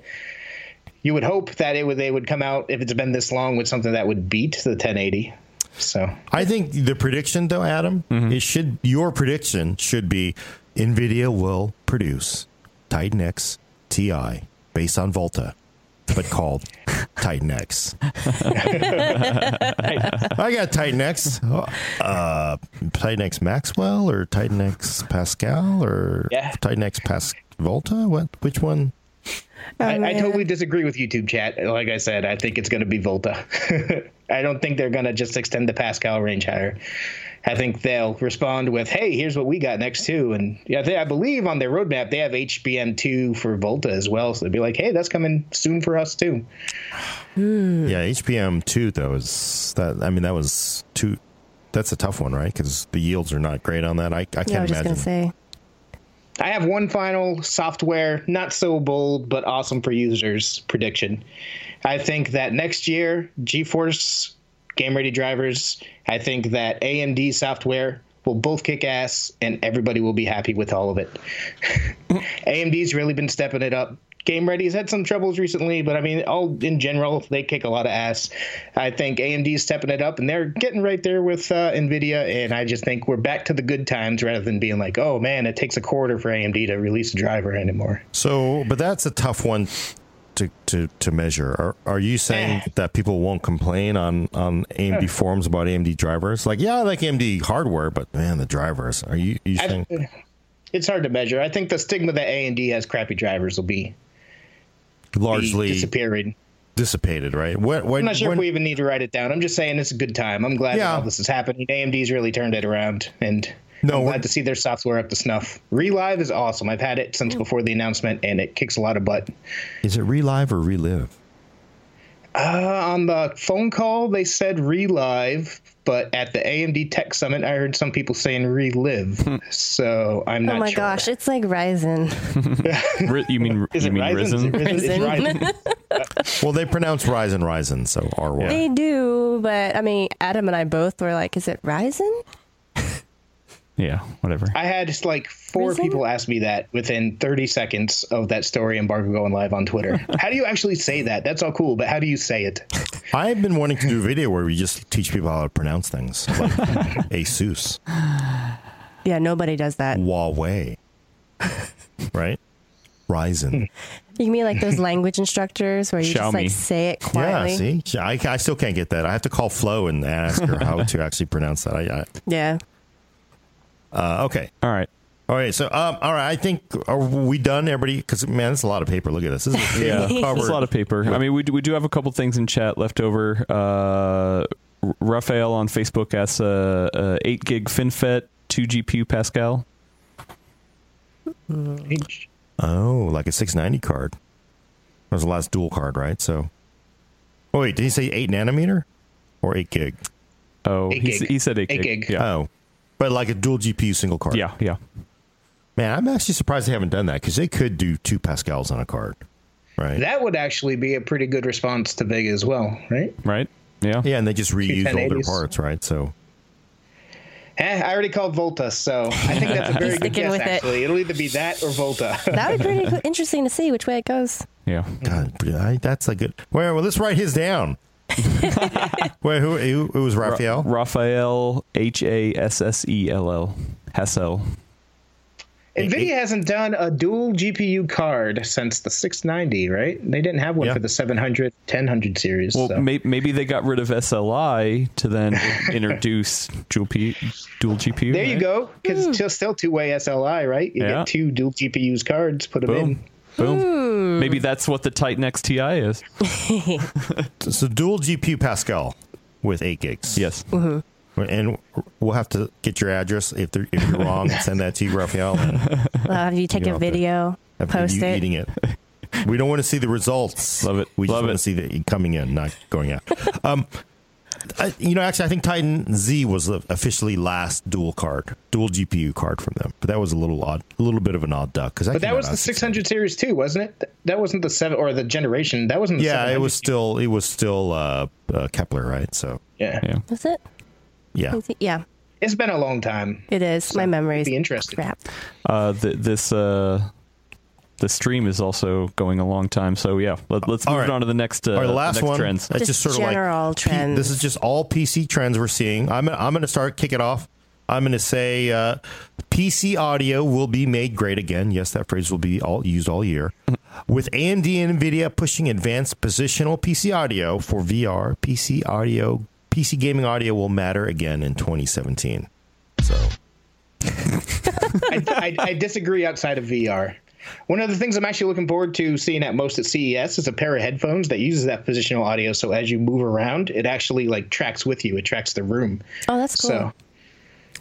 B: you would hope that it would they would come out if it's been this long with something that would beat the 1080. So
A: I think the prediction though, Adam, it should your prediction should be Nvidia will produce Titan X Ti based on Volta, but called Titan X. I got Titan X, uh, Titan X Maxwell or Titan X Pascal or
B: Yeah.
A: Titan X Pas Volta. What? Which one?
B: I, I totally disagree with YouTube chat. Like I said, I think it's going to be Volta. I don't think they're going to just extend the Pascal range higher. I think they'll respond with, "Hey, here's what we got next too." And yeah, they, I believe on their roadmap they have HBM2 for Volta as well. So they'd be like, "Hey, that's coming soon for us too."
A: Yeah, HPM two though is that. I mean, that was two. That's a tough one, right? Because the yields are not great on that. I, I can't
C: Yeah, I was just
A: imagine.
C: gonna say.
B: I have one final software, not so bold, but awesome for users prediction. I think that next year, GeForce game ready drivers, I think that AMD software will both kick ass and everybody will be happy with all of it. AMD's really been stepping it up. Game Ready's had some troubles recently, but I mean, all in general, they kick a lot of ass. I think AMD's stepping it up, and they're getting right there with uh, Nvidia. And I just think we're back to the good times rather than being like, oh man, it takes a quarter for AMD to release a driver anymore.
A: So, but that's a tough one to to, to measure. Are, are you saying that people won't complain on on AMD forums about AMD drivers? Like, yeah, I like AMD hardware, but man, the drivers. Are you you saying?
B: It's hard to measure. I think the stigma that AMD has crappy drivers will be, be
A: Largely
B: disappearing.
A: dissipated, right? When, when,
B: I'm not sure
A: when-
B: if we even need to write it down. I'm just saying it's a good time. I'm glad
A: Yeah.
B: that all this is happening. AMD's really turned it around, and
A: No,
B: I'm
A: we're-
B: glad to see their software up to snuff. Relive is awesome. I've had it
C: Mm.
B: since before the announcement, and it kicks a lot of butt.
A: is it relive or relive?
B: Uh, on the phone call, they said relive, but at the AMD Tech Summit, I heard some people saying relive. so I'm not
C: Hmm. Oh my
B: sure.
C: gosh, it's like Ryzen.
D: Ri- you mean
B: Is
D: you
B: it
D: mean
B: Ryzen? Is it
D: risen?
B: Ryzen? It's
C: Ryzen.
B: Ryzen.
A: Well, they pronounce Ryzen Ryzen, so R Y.
C: They do, but I mean, Adam and I both were like, "Is it Ryzen?"
D: Yeah, whatever.
B: I had just like four
C: Ryzen?
B: people ask me that within 30 seconds of that story embargo going live on Twitter. how do you actually say that? That's all cool, but how do you say it?
A: I've been wanting to do a video where we just teach people how to pronounce things, like Asus,
C: Yeah, nobody does
A: Mm.
C: that.
A: Huawei, right? Ryzen.
C: You mean like those language instructors where you just
D: Xiaomi.
C: like say it
A: Yeah,
C: quietly?
A: see, Yeah, I, I still can't get that. I have to call Flo and ask her how to actually pronounce that. I,
C: Yeah.
A: I, uh, okay,
D: All right.
A: all right. So, um, all right. I think are we done, everybody? Because man, it's a lot of paper. Look at this. This is a
D: Yeah,
A: table
D: it's
A: covered.
D: a lot of paper. I mean, we do, we do have a couple things in chat left over. Uh, R- Raphael on Facebook asks uh, uh, eight gig FinFET, two GPU Pascal.
A: Oh, like a 690 card. That was the last dual card, right? So, oh, wait, did he say eight nanometer or eight gig?
D: Oh,
B: Eight
D: he, s-
B: gig.
D: he said eight,
B: Eight
D: gig.
B: gig.
D: Yeah.
A: Oh, but like a dual GPU single card.
D: yeah, yeah.
A: Man, I'm actually surprised they haven't done that because they could do two Pascals on a card, right?
B: That would actually be a pretty good response to Vega as well, right?
D: Right. Yeah.
A: yeah, and they just reuse all their
B: 1080s.
A: parts, right? So,
B: Eh, I already called Volta, so I think that's a very good
C: Sticking
B: guess,
C: with it.
B: actually. It. will either be that or Volta.
C: That would be pretty co- interesting to see which way it goes.
D: Yeah.
A: God, I, that's a good. Well, well, let's write his down. Wait, who, who, who was Raphael?
D: Raphael H A S S E L L Hassel.
B: NVIDIA hasn't done a dual GPU card since the 690, right? They didn't have one
A: Yeah.
B: for the 700, 1000 series.
D: Well,
B: so.
D: may, maybe they got rid of SLI to then introduce dual, P, dual GPU.
B: there you
D: right?
B: go, because
C: Hmm.
B: it's just still two way SLI, right? You
D: Yeah.
B: get two dual GPUs cards, put them
D: Boom. Boom. Maybe that's what the Titan XTI is.
A: So, dual GPU Pascal with eight gigs.
D: Yes.
A: And we'll have to get your address if, they're, if you're wrong and send that to you, Raphael.
C: I'll have you take
A: You
C: a
A: know, the-
C: video,
A: of
C: post
A: you
C: it.
A: eating it. We don't want to see the results.
D: Love it.
A: We just
D: Love
A: want
D: it.
A: to see the coming in, not going out. Um, I, you know, actually, I think Titan Z was the officially last dual card, dual GPU card from them. But that was a little odd, a little bit of an odd duck because
B: in. But that was the 600 series too, wasn't it? Th- That wasn't the seven or the generation. That wasn't. The
A: Yeah,
B: 700.
A: it was still it was still uh, uh, Kepler, right? So
B: Yeah.
D: Yeah.
C: Was it?
A: yeah,
C: Is it- Yeah,
B: it's been a long time.
C: it is. My memory's
B: be interesting.
C: crap.
D: Uh, th- this uh, the stream is also going a long time. So yeah, let, let's
A: All
D: move
A: right.
D: on to the next. Uh,
A: All right, the last
D: next
A: one.
D: Trends.
A: That's just,
C: Just
A: sort of
C: general
A: like P- this
C: trends.
A: is just all PC trends we're seeing. I'm I'm going to start kick it off. I'm going to say uh, PC audio will be made great again. Yes, that phrase will be all used all year. With AMD and Nvidia pushing advanced positional PC audio for VR, PC audio, PC gaming audio will matter again in 2017. So
B: I, I, I disagree outside of VR. One of the things I'm actually looking forward to seeing at most at CES is a pair of headphones that uses that positional audio. So as you move around, it actually like tracks with you. It tracks the room.
C: Oh, that's cool.
B: So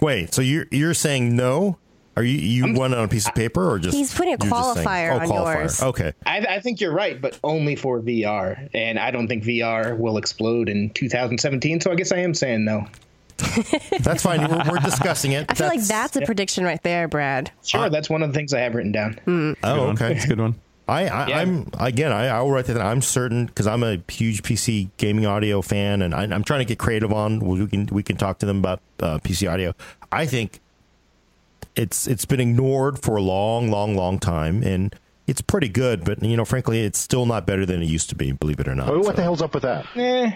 A: wait, so you're you're saying no? Are you you want it on a piece of paper or just
C: He's putting a
A: you're just saying- Oh,
C: qualifier on yours.
A: Okay.
B: I, I think you're right, but only for VR. And I don't think VR will explode in 2017. So I guess I am saying no.
A: That's fine. We're, we're discussing it.
C: I feel like that's a prediction right there, Brad.
B: Sure, that's one of the things I have written down.
A: Oh, okay.
D: It's a good one.
A: I, I
B: Yeah.
A: I'm again. I, I will write that. down. I'm certain because I'm a huge PC gaming audio fan, and I, I'm trying to get creative on. We can we can talk to them about uh, PC audio. I think it's it's been ignored for a long, long, long time, and it's pretty good. But you know, frankly, it's still not better than it used to be. Believe it or not.
E: I mean, Oh, what
A: So-
E: the hell's up with that?
B: Eh.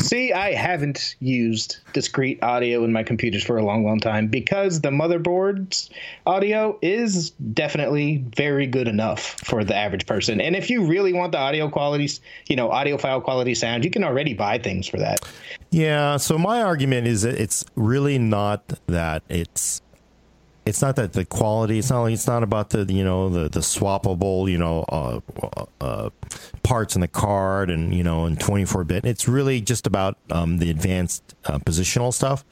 B: See, I haven't used discrete audio in my computers for a long, long time because the motherboard's audio is definitely very good enough for the average person. And if you really want the audio qualities, you know, audio file quality sound, you can already buy things for that.
A: Yeah. So my argument is that it's really not that it's it's not that the quality. It's not like it's not about the you know the the swappable you know uh, uh, parts in the card and you know in twenty four bit. It's really just about um, the advanced uh, positional stuff. Uh,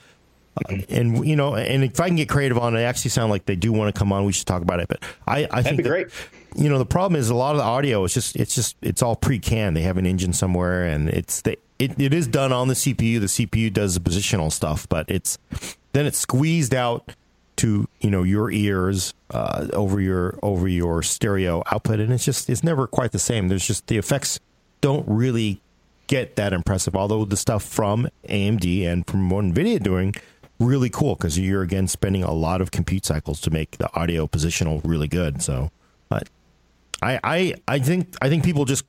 B: Mm-hmm.
A: And you know, and if I can get creative on it, I actually sound like they do want to come on. We should talk about it. But I, I think
B: be
A: that
B: great.
A: you know the problem is a lot of the audio is just it's just it's all pre-canned. They have an engine somewhere, and it's the it, it is done on the CPU. The CPU does the positional stuff, but it's then it's squeezed out to you know your ears uh, over your over your stereo output, and it's just it's never quite the same. There's just the effects don't really get that impressive. Although the stuff from AMD and from what Nvidia are doing really cool because you're again spending a lot of compute cycles to make the audio positional really good. So, but I I I think I think people just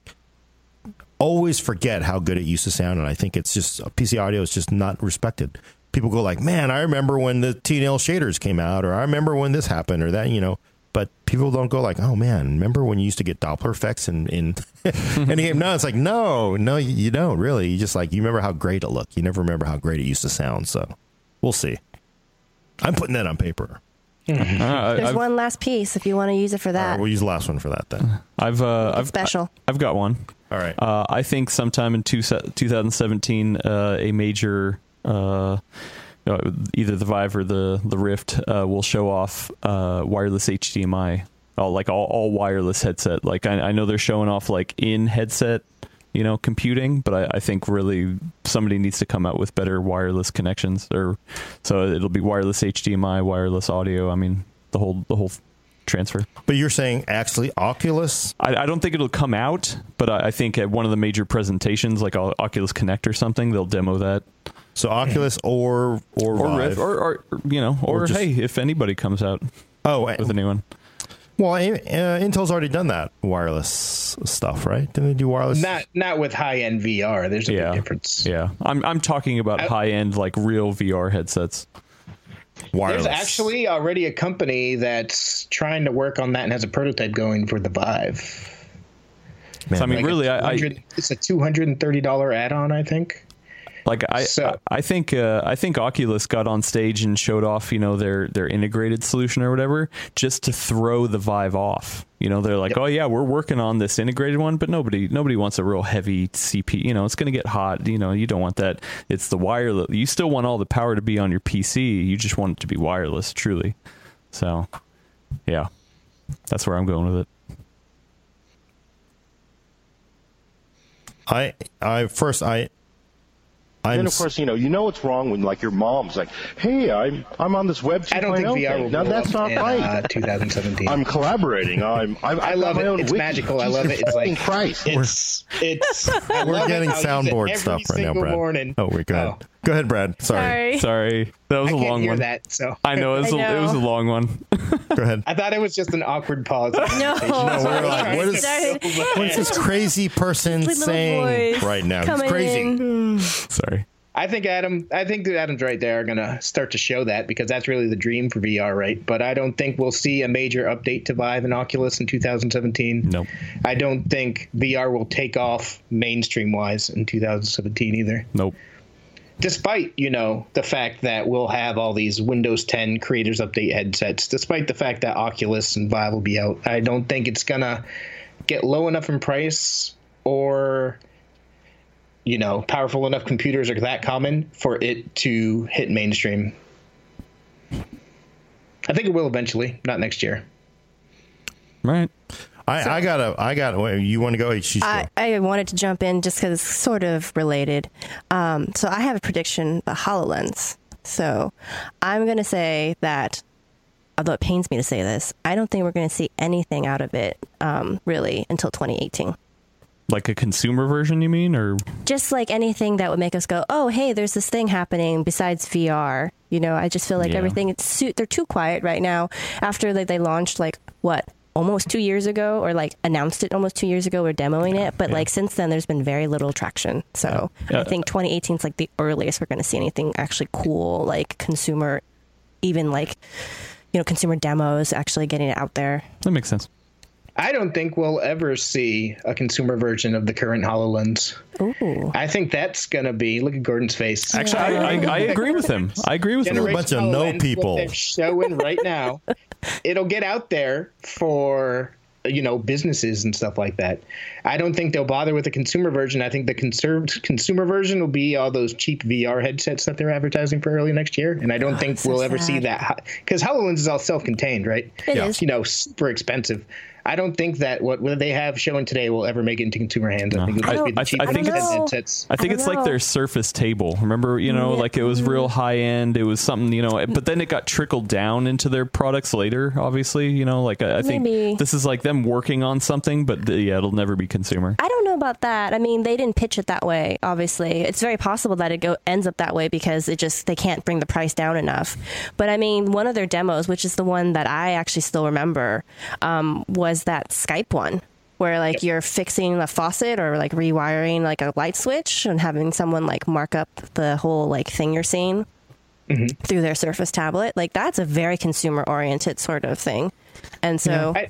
A: always forget how good it used to sound, and I think it's just PC audio is just not respected. People go like, "Man, I remember when the TNL shaders came out, or I remember when this happened, or that," you know. But people don't go like, "Oh man, remember when you used to get Doppler effects in in any game?" No, it's like, no, no, you you don't really. You just like you remember how great it looked. You never remember how great it used to sound. So we'll see. I'm putting that on paper.
D: Uh, I-
C: There's
D: I've,
C: one last piece if you want to use it for
A: All right,
C: that.
A: Uh, we'll use the last one for that then.
D: I've, uh, I've
C: special.
D: I've got one.
A: All right.
D: Uh, I think sometime in two, 2017, uh, a major, uh, uh, either the Vive or the the Rift, uh, will show off uh, wireless HDMI, all, Oh, like all, all wireless headset. Like I, I know they're showing off like in headset, you know, computing, but I, I think really somebody needs to come out with better wireless connections, or so it'll be wireless HDMI, wireless audio. I mean, the whole the whole transfer.
A: But you're saying actually Oculus?
D: I, I don't think it'll come out, but I, I think at one of the major presentations, like O- Oculus Connect or something, they'll demo that.
A: So Oculus or or,
D: Or
A: Vive.
D: Rift, or, or you know, or,
A: Or just-
D: hey, if anybody comes out
A: oh, eh,
D: with a new one,
A: well, eh, uh, Intel's already done that wireless stuff, right? Didn't they do wireless?
B: Not not with high end VR. There's a
D: yeah,
B: big difference.
D: yeah. I'm I'm talking about
B: I-
D: high end, like real VR headsets.
A: wireless.
B: There's actually already a company that's trying to work on that and has a prototype going for the Vive.
A: Man,
D: So I mean,
B: Like a
D: really, I, I
B: 200 it's a two hundred and thirty dollar add on, I think.
D: Like I,
B: So-
D: I I think uh, I think Oculus got on stage and showed off, you know, their their integrated solution or whatever, just to throw the Vive off. You know, they're like, oh yeah, we're working on this integrated one, but nobody nobody wants a real heavy CP. You know, it's going to get hot. You know, you don't want that. It's the wireless. You still want all the power to be on your PC. You just want it to be wireless, truly. So, yeah, that's where I'm going with it.
A: I I first I I'm
E: And of course, you know, you know what's wrong when like your mom's like, "Hey, I'm I'm on this web 2.0
B: I don't think VR will
E: thing. Now
B: blow
E: that's
B: up
E: not
B: in,
E: right.
B: uh, 2017.
E: I'm collaborating. I'm, I'm
B: I
E: I've got
B: love
E: my
B: it.
E: own
B: It's
E: wiki.
B: magical. I love it. It's
E: Jesus
B: like-
E: fucking Christ.
B: it's it's. I
A: we're
B: love it.
A: getting
B: I'll use it
A: soundboard
B: every
A: stuff right now,
B: single
A: Brad.
B: Morning.
A: Oh, wait, go ahead.
B: Oh,
A: Go ahead, Brad. Sorry.
C: Sorry.
D: Sorry, that was
B: I
D: a
B: can't
D: long
B: hear
D: one.
B: that. So
D: I know it was
C: I
D: A, it was a
C: know.
D: long one.
A: Go ahead.
B: I thought it was just an awkward pause.
C: No.
A: we're like, what is- What is this crazy person
C: With little
A: saying
C: voice
A: right now? He's
C: coming
A: crazy.
C: in.
D: Sorry.
B: I think Adam. I think that Adam's right. They are going to start to show that because that's really the dream for VR, right? But I don't think we'll see a major update to Vive and Oculus in 2017.
D: Nope.
B: I don't think VR will take off mainstream wise in 2017 either.
D: Nope.
B: Despite you know the fact that we'll have all these Windows 10 Creators Update headsets, despite the fact that Oculus and Vive will be out, I don't think it's gonna get low enough in price or you know powerful enough computers are that common for it to hit mainstream. I think it will eventually, not next year.
D: All right.
A: I, I gotta I gotta wait, you want to go? She's go.
C: I, I wanted to jump in just because it's sort of related. Um, so I have a prediction about HoloLens. So I'm going to say that, although it pains me to say this, I don't think we're going to see anything out of it um, really until 2018.
D: Like a consumer version, you mean, or
C: Just like anything that would make us go, oh, hey, there's this thing happening besides VR. You know, I just feel like
D: Yeah.
C: everything, it's suit, they're too quiet right now after like, they launched like what? Almost two years ago, or like announced it almost two years ago, we're demoing it. But like since then, there's been very little traction. So I
D: Yeah.
C: think 2018 is like the earliest we're going to see anything actually cool, like consumer, even like, you know, consumer demos actually getting it out there.
D: that makes sense?
B: I don't think we'll ever see a consumer version of the current HoloLens.
C: Ooh.
B: I think that's gonna be look at Gordon's face.
D: Actually, I, I, I agree with him. I agree with him.
A: Generation- bunch of
B: Generational
A: no
B: lens, what
A: people.
B: They're showing right now. It'll get out there for you know businesses and stuff like that. I don't think they'll bother with the consumer version. I think the conserved consumer version will be all those cheap VR headsets that they're advertising for early next year. And I don't think
C: so
B: we'll ever see
C: sad.
B: that because Hololens is all self-contained, right?
C: It
A: Yeah.
C: is.
B: you know super expensive. I don't think that what, what they have showing today will ever make it into consumer hands. I think it'll
D: I-
B: just be the
D: I-
B: cheap
D: I think
C: it's-
B: headsets.
D: I think
C: I
D: it's
C: don't
D: like
C: know.
D: their Surface table. Remember, you know, like it was real high end. It was something, you know, but then it got trickled down into their products later. Obviously, you know, like I, I think
C: Maybe.
D: this is like them working on something, but the, yeah, it'll never be consumer.
C: I don't know about that. I mean, they didn't pitch it that way. Obviously, it's very possible that it go ends up that way because it just they can't bring the price down enough. But I mean, one of their demos, which is the one that I actually still remember, um, was that Skype one where like you're fixing a faucet or like rewiring like a light switch and having someone like mark up the whole like thing you're seeing. Through their Surface tablet, like that's a very consumer-oriented sort of thing, and so
B: I,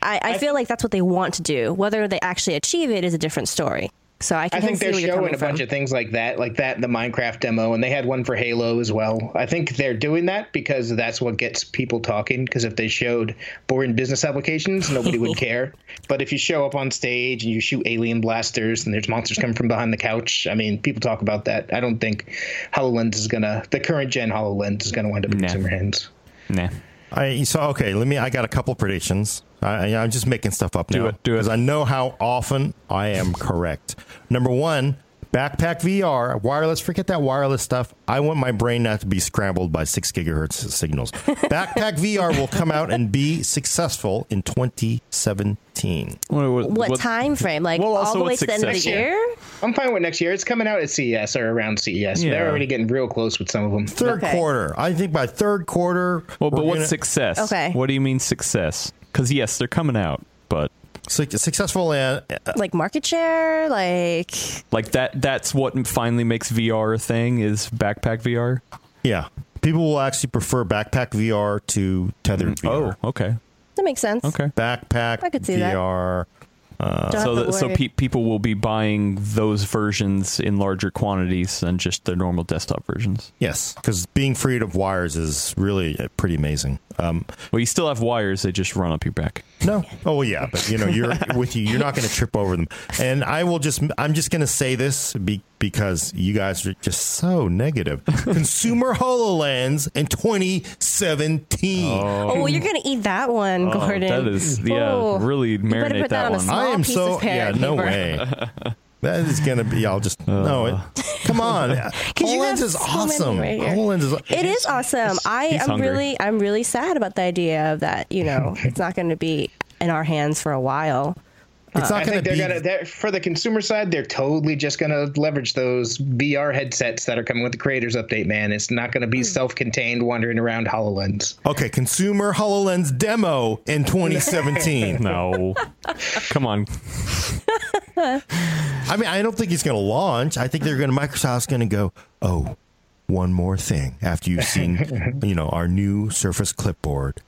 C: I, I feel like that's what they want to do. Whether they actually achieve it is a different story. So I
B: I
C: can
B: think
C: see
B: they're
C: where you're
B: showing
C: coming
B: a bunch
C: from.
B: of things like that, like that in the Minecraft demo, and they had one for Halo as well. I think they're doing that because that's what gets people talking. Because if they showed boring business applications, nobody would care. But if you show up on stage and you shoot alien blasters and there's monsters coming from behind the couch, I mean, people talk about that. I don't think Hololens is gonna, the current gen Hololens is gonna wind up in
D: Nah.
B: consumer hands.
D: Nah.
A: I so okay. Let me. I got a couple predictions. I, I- I'm just making stuff up now
D: it, do it.
A: because I know how often I am correct. Number one, backpack VR, wireless. Forget that wireless stuff. I want my brain not to be scrambled by six gigahertz signals. Backpack VR will come out and be successful in 2017.
D: What,
C: What, time frame? Like
D: Well,
C: all
D: also
C: the way
D: what's
C: to the end of the
D: successful?
C: year?
B: I'm fine with next year. It's coming out at CES or around CES.
D: Yeah.
B: They're already getting real close with some of them.
A: Third
C: Okay.
A: quarter. I think by third quarter.
D: Well, but
A: we're
D: what's
A: gonna-
D: success?
C: Okay.
D: What do you mean success? Because yes, they're coming out, but
A: suc- successful and
C: Like market share? Like
D: like that—that's what finally makes VR a thing is backpack VR.
A: yeah, people will actually prefer backpack VR to tethered VR.
D: Oh, okay,
C: that makes sense.
D: okay.
A: backpack
C: I could see that.
A: VR.
C: Don't
D: so
C: have to
D: that, so
C: worry.
D: pe- people will be buying those versions in larger quantities than just their normal desktop versions.
A: Yes, because being freed of wires is really uh, pretty amazing. Um,
D: Well, you still have wires; they just run up your back.
A: no, oh well, yeah, but you know, you're with you. You're not going to trip over them. And I will just, I'm just going to say this be, because you guys are just so negative. Consumer Hololens in 2017.
C: Oh, well, you're gonna eat that one,
D: Oh,
C: Gordon.
D: that is yeah,
C: Oh.
D: really
C: better
D: marinate
C: put that on a
D: one.
C: small
A: I am
C: piece
A: so
C: of
A: yeah.
C: parrot
A: No
C: paper.
A: way. That is going to be. I'll just no. It, come on,
C: Oh. you
A: Hololens
C: have
A: is
C: so many
A: awesome.
C: right here.
A: Hololens is.
C: It is awesome. I
D: he's
C: am
D: hungry.
C: really, I'm really sad about the idea of that. You know, it's not going to be in our hands for a while.
A: It's not
B: I
A: going
B: think
A: to
B: they're
A: be.
B: gonna they're, for the consumer side. They're totally just gonna leverage those VR headsets that are coming with the creators update. Man, it's not gonna be self-contained wandering around Hololens.
A: Okay, consumer HoloLens demo in 2017.
D: No, come on.
A: I mean, I don't think it's going to launch. I think they're going to Microsoft's going to go, "Oh, one more thing after you've seen, you know, our new Surface clipboard."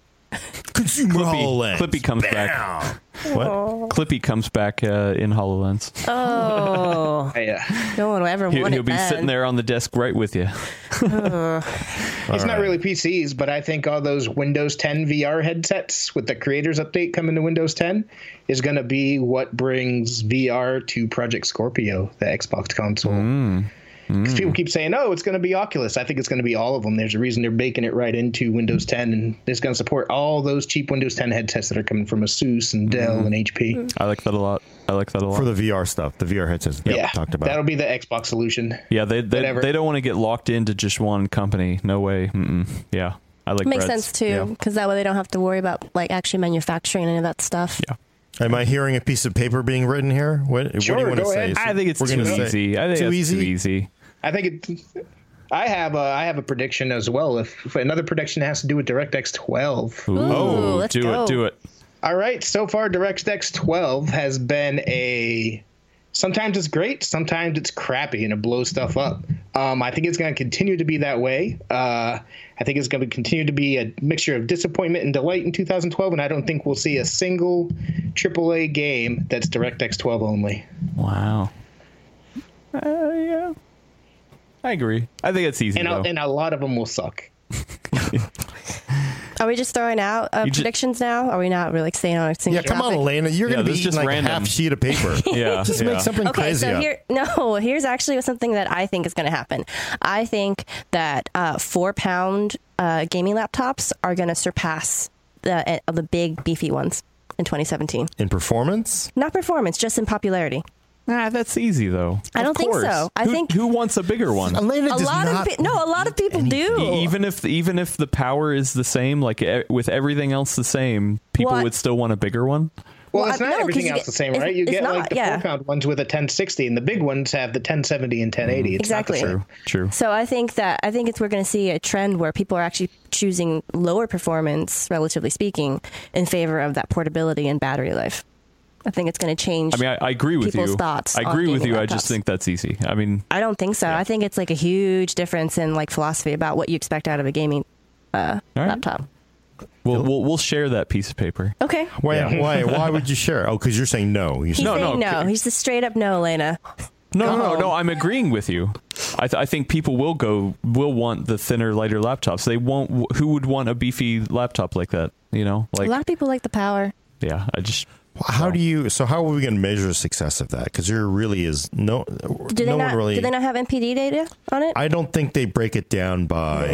A: Consumer
D: Clippy,
A: HoloLens.
D: Clippy comes back.
A: What?
D: Clippy comes back uh, in Hololens.
C: Oh,
B: I, uh,
C: no one will ever
D: He,
C: want
D: will
C: it
D: be
C: then.
D: sitting there on the desk right with you.
B: it's not really PCs, but I think all those Windows 10 VR headsets with the creators update coming to Windows 10 is gonna be what brings VR to Project Scorpio, the Xbox console.
A: Hmm.
B: Because people keep saying, "Oh, it's going to be Oculus." I think it's going to be all of them. There's a reason they're baking it right into Windows 10, and it's going to support all those cheap Windows 10 headsets that are coming from Asus and Dell
A: Hmm.
B: and HP.
D: I like that a lot. I like that a lot.
A: For the VR stuff, the VR headsets that
B: Yeah,
A: we talked about.
B: that'll be the Xbox solution.
D: yeah, they they,
B: whatever.
D: they don't want to get locked into just one company. No way. Mm-mm. Yeah, I like.
C: Makes
D: Brett's.
C: sense too,
A: Yeah.
C: because that way they don't have to worry about like actually manufacturing any of that stuff.
D: Yeah.
A: Am I hearing a piece of paper being written here? What,
B: Sure,
A: what do you want to
B: go
A: say?
B: ahead.
D: I think it's
A: We're
D: too
A: gonna say-
D: easy. I think
A: too
D: that's
A: easy.
D: too easy.
B: I think it. I have a I have a prediction as well. If, if another prediction has to do with DirectX 12.
D: Ooh,
C: Oh, let's
D: do
C: go.
D: it, do it.
B: All right, so far DirectX 12 has been a sometimes it's great, sometimes it's crappy and it blows stuff up. Um, I think it's going to continue to be that way. Uh, I think it's going to continue to be a mixture of disappointment and delight in 2012, and I don't think we'll see a single AAA game that's DirectX 12 only.
D: Wow. Uh, yeah. I agree. I think it's easy.
B: And,
D: though.
B: a, and a lot of them will suck.
C: Are we just throwing out uh,
D: You ju-
C: predictions now? Are we not really staying on a single
A: Yeah, come on,
C: topic?
A: Elena. You're
D: Yeah,
A: going to
D: this
A: be eating
D: is just
A: like a
D: random.
A: half sheet of paper.
D: yeah.
A: Just
D: yeah.
A: make something
C: Okay,
A: crazy
C: so
A: up.
C: here, no, here's actually something that I think is going to happen. I think that uh, four pound uh, gaming laptops are going to surpass the uh, the big beefy ones. in 2017.
A: in performance.
C: Not performance, just in popularity.
D: Nah, that's easy though.
C: I
D: Of
C: don't think
D: course.
C: so. I
D: Who-
C: think-
D: who wants a bigger one? E-
A: Elena
C: A
A: does
C: lot of
A: not
C: pe- no, a lot of people do.
D: even if even if the power is the same, like e- with everything else the same, people
C: Well, I-
D: would still want a bigger one.
C: Well,
B: Well, it's
C: I-
B: not
C: no, 'cause
B: everything
C: you
B: else
C: get-
B: the same,
C: it's-
B: right? You
C: it's
B: get
C: not,
B: like the
C: yeah.
B: four pound ones with a 1060, and the big ones have the 1070 and 1080. It's
C: Exactly.
B: Not the same.
D: True, true.
C: So I think that I think it's we're going to see a trend where people are actually choosing lower performance, relatively speaking, in favor of that portability and battery life. I think it's going to change.
D: I mean, I, I agree with
C: people's
D: you.
C: thoughts
D: I
C: on
D: agree with you.
C: gaming
D: I just
C: laptops.
D: think that's easy. I mean,
C: I don't think so. I think it's like a huge difference in like philosophy about what you expect out of a gaming uh,
D: All right.
C: laptop.
D: we'll, we'll we'll share that piece of paper.
C: Okay.
A: Why,
D: Yeah.
A: why, why would you share? Oh, because you're saying no. You're
C: He's
A: saying,
D: No,
C: saying
D: no,
C: no.
D: c-
C: He's the straight up no, Elena.
D: No, no, no,
C: home.
D: no. I'm agreeing with you. I, th- I think people will go will want the thinner, lighter laptops. They won't. Who would want a beefy laptop like that? You know,
C: A
D: like
C: lot of people like the power.
D: yeah. I just
A: How do you? So how are we going to measure the success of that? Because there really is no.
C: Do they
A: no
C: not?
A: one really.
C: Do they not have NPD data on it?
A: I don't think they break it down by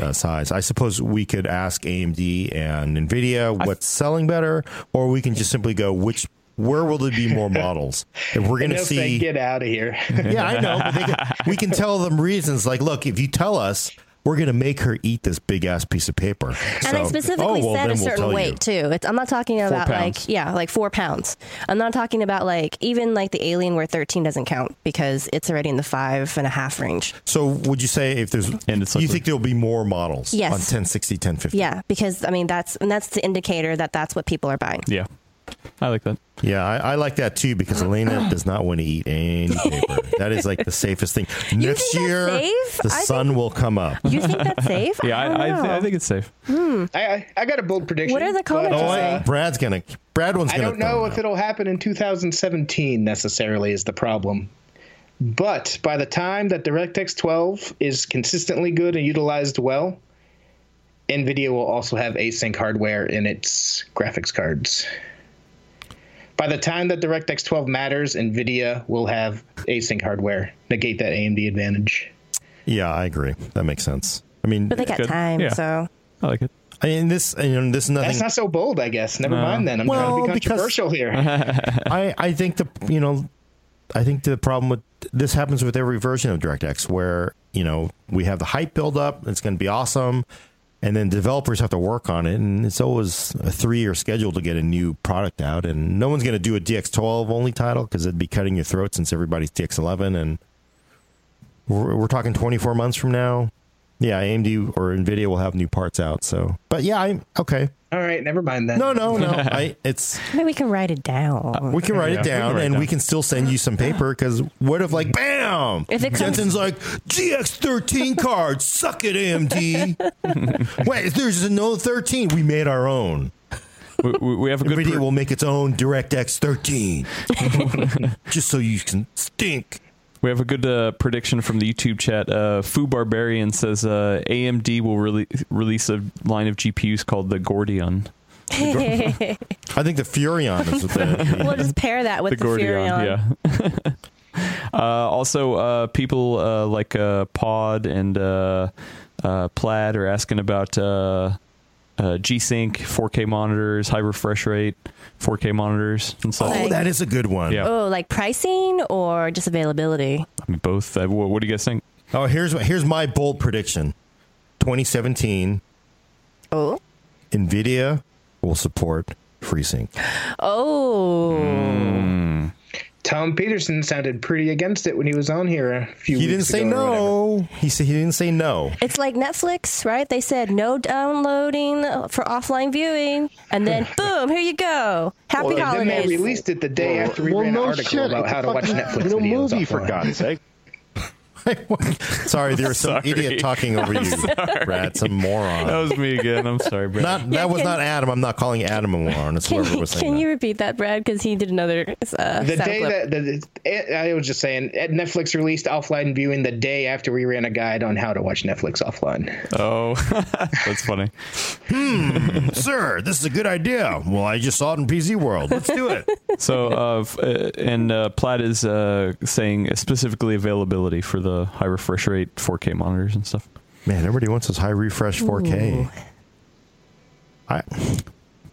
A: uh, size. I suppose we could ask AMD and Nvidia what's selling better, or we can just simply go which where will there be more models if we're going
B: And
A: to
B: if they
A: see.
B: get out of here,
A: yeah, I know. But they can, we can tell them reasons. Like, look, if you tell us. We're gonna make her eat this big ass piece of paper. oh,
C: And I
D: Oh,
C: specifically said a certain weight too. It's, I'm not talking about like
D: pounds.
C: yeah, like four pounds. I'm not talking about like even like the Alienware 13 doesn't count because it's already in the five and a half range.
A: So would you say if there's,
D: And it's
A: you
D: like-
A: think there'll be more models
C: Yes.
A: on 1060, 1050?
C: Yeah, because I mean that's and that's the indicator that that's what people are buying.
D: yeah. I like that.
A: Yeah, I, I like that too because Elena does not want to eat any paper. That is like the safest thing. Next
C: think that's
A: year,
C: safe?
A: the
C: I
A: sun will come up.
C: You think that's safe?
D: Yeah,
C: don't
D: I I, th-
C: know.
D: I think it's safe.
B: I, I, I got a bold prediction.
C: What are the
B: but,
C: comments
A: Oh,
C: saying?
B: uh,
A: wait, Brad's gonna. Brad one's
B: I
A: gonna.
B: don't know
A: throw it
B: if
A: out.
B: it'll happen in 2017 necessarily is the problem. But by the time that DirectX 12 is consistently good and utilized well, NVIDIA will also have async hardware in its graphics cards. By the time that DirectX 12 matters, NVIDIA will have async hardware. Negate that AMD advantage.
A: Yeah, I agree. That makes sense. I mean,
C: but they got
D: Good.
C: time,
D: Yeah.
C: so
D: I like it.
A: I mean this. I mean, this is nothing.
B: That's not so bold, I guess. Never mind then. I'm
A: Well,
B: trying to be
A: because-
B: controversial
C: Uh-huh.
B: here.
A: I, I think the you know I think the problem with this happens with every version of DirectX where you know we have the hype build up it's going to be awesome and then developers have to work on it and it's always a three year schedule to get a new product out and no one's going to do a DX12 only title because it'd be cutting your throat since everybody's DX11 and we're, we're talking 24 months from now yeah AMD or Nvidia will have new parts out so but yeah I'm okay
B: All right, never mind then.
A: no no no I it's
C: maybe we can write it down.
A: we can write
D: Yeah,
A: it
D: we can
A: down,
D: write it
A: and
D: down.
A: we can still send you some paper. Because what if, like, bam,
C: If it comes-
A: Jensen's like GX13 card, suck it, AMD. Wait, there's another 13. We made our own.
D: We, we, we have a good.
A: NVIDIA
D: pro-
A: will make its own DirectX 13, just so you can stink.
D: We have a good uh, prediction from the YouTube chat. Uh, Foo Barbarian says uh, AMD will really release a line of GPUs called the Gordian.
A: I think the Furion is what the
C: we'll just pair that with the, Furion.
D: yeah. uh, also, uh, people uh, like uh, Pod and uh, uh, Plaid are asking about uh, uh, G Sync, 4K monitors, high refresh rate, 4K monitors, and stuff.
A: Oh, that is a good one.
D: Yeah.
C: Oh, like pricing or just availability?
D: I mean, both. Uh, what, what do you guys think?
A: Oh, here's here's my bold prediction. 2017,
C: Oh,
A: NVIDIA will support FreeSync.
C: oh.
B: Tom Peterson sounded pretty against it when he was on here a few
A: He didn't
B: weeks
A: say
B: ago or whatever.
A: no. He said he didn't say no.
C: It's like Netflix, right? They said no downloading for offline viewing, and then boom, here you go. Happy
B: Well, then they
C: holidays.
B: released it the day after we ran an article about
E: It's
B: how to watch
E: fucking
B: Netflix
E: no
B: videos
E: movie for
B: offline.
E: God's sake.
A: Sorry, there was some
D: Sorry.
A: idiot talking over you, Brad. Some moron.
D: That was me again. I'm sorry, bro.
A: not, that was
C: can-
A: not Adam. I'm not calling Adam a moron. It's
C: Can,
A: whoever
C: you,
A: was saying
C: can
A: that.
C: you repeat that, Brad? Because he did another uh,
B: The
C: sound
B: day that
C: clip.
B: the, it, I was just saying, at Netflix released offline viewing the day after we ran a guide on how to watch Netflix offline.
D: Oh, that's funny.
A: Sir, this is a good idea. Well, I just saw it in PZ World. Let's do it.
D: So, uh, f- uh, and uh, Platt is uh, saying specifically availability for the high refresh rate 4K monitors and stuff.
A: Man, everybody wants this high refresh 4K. I,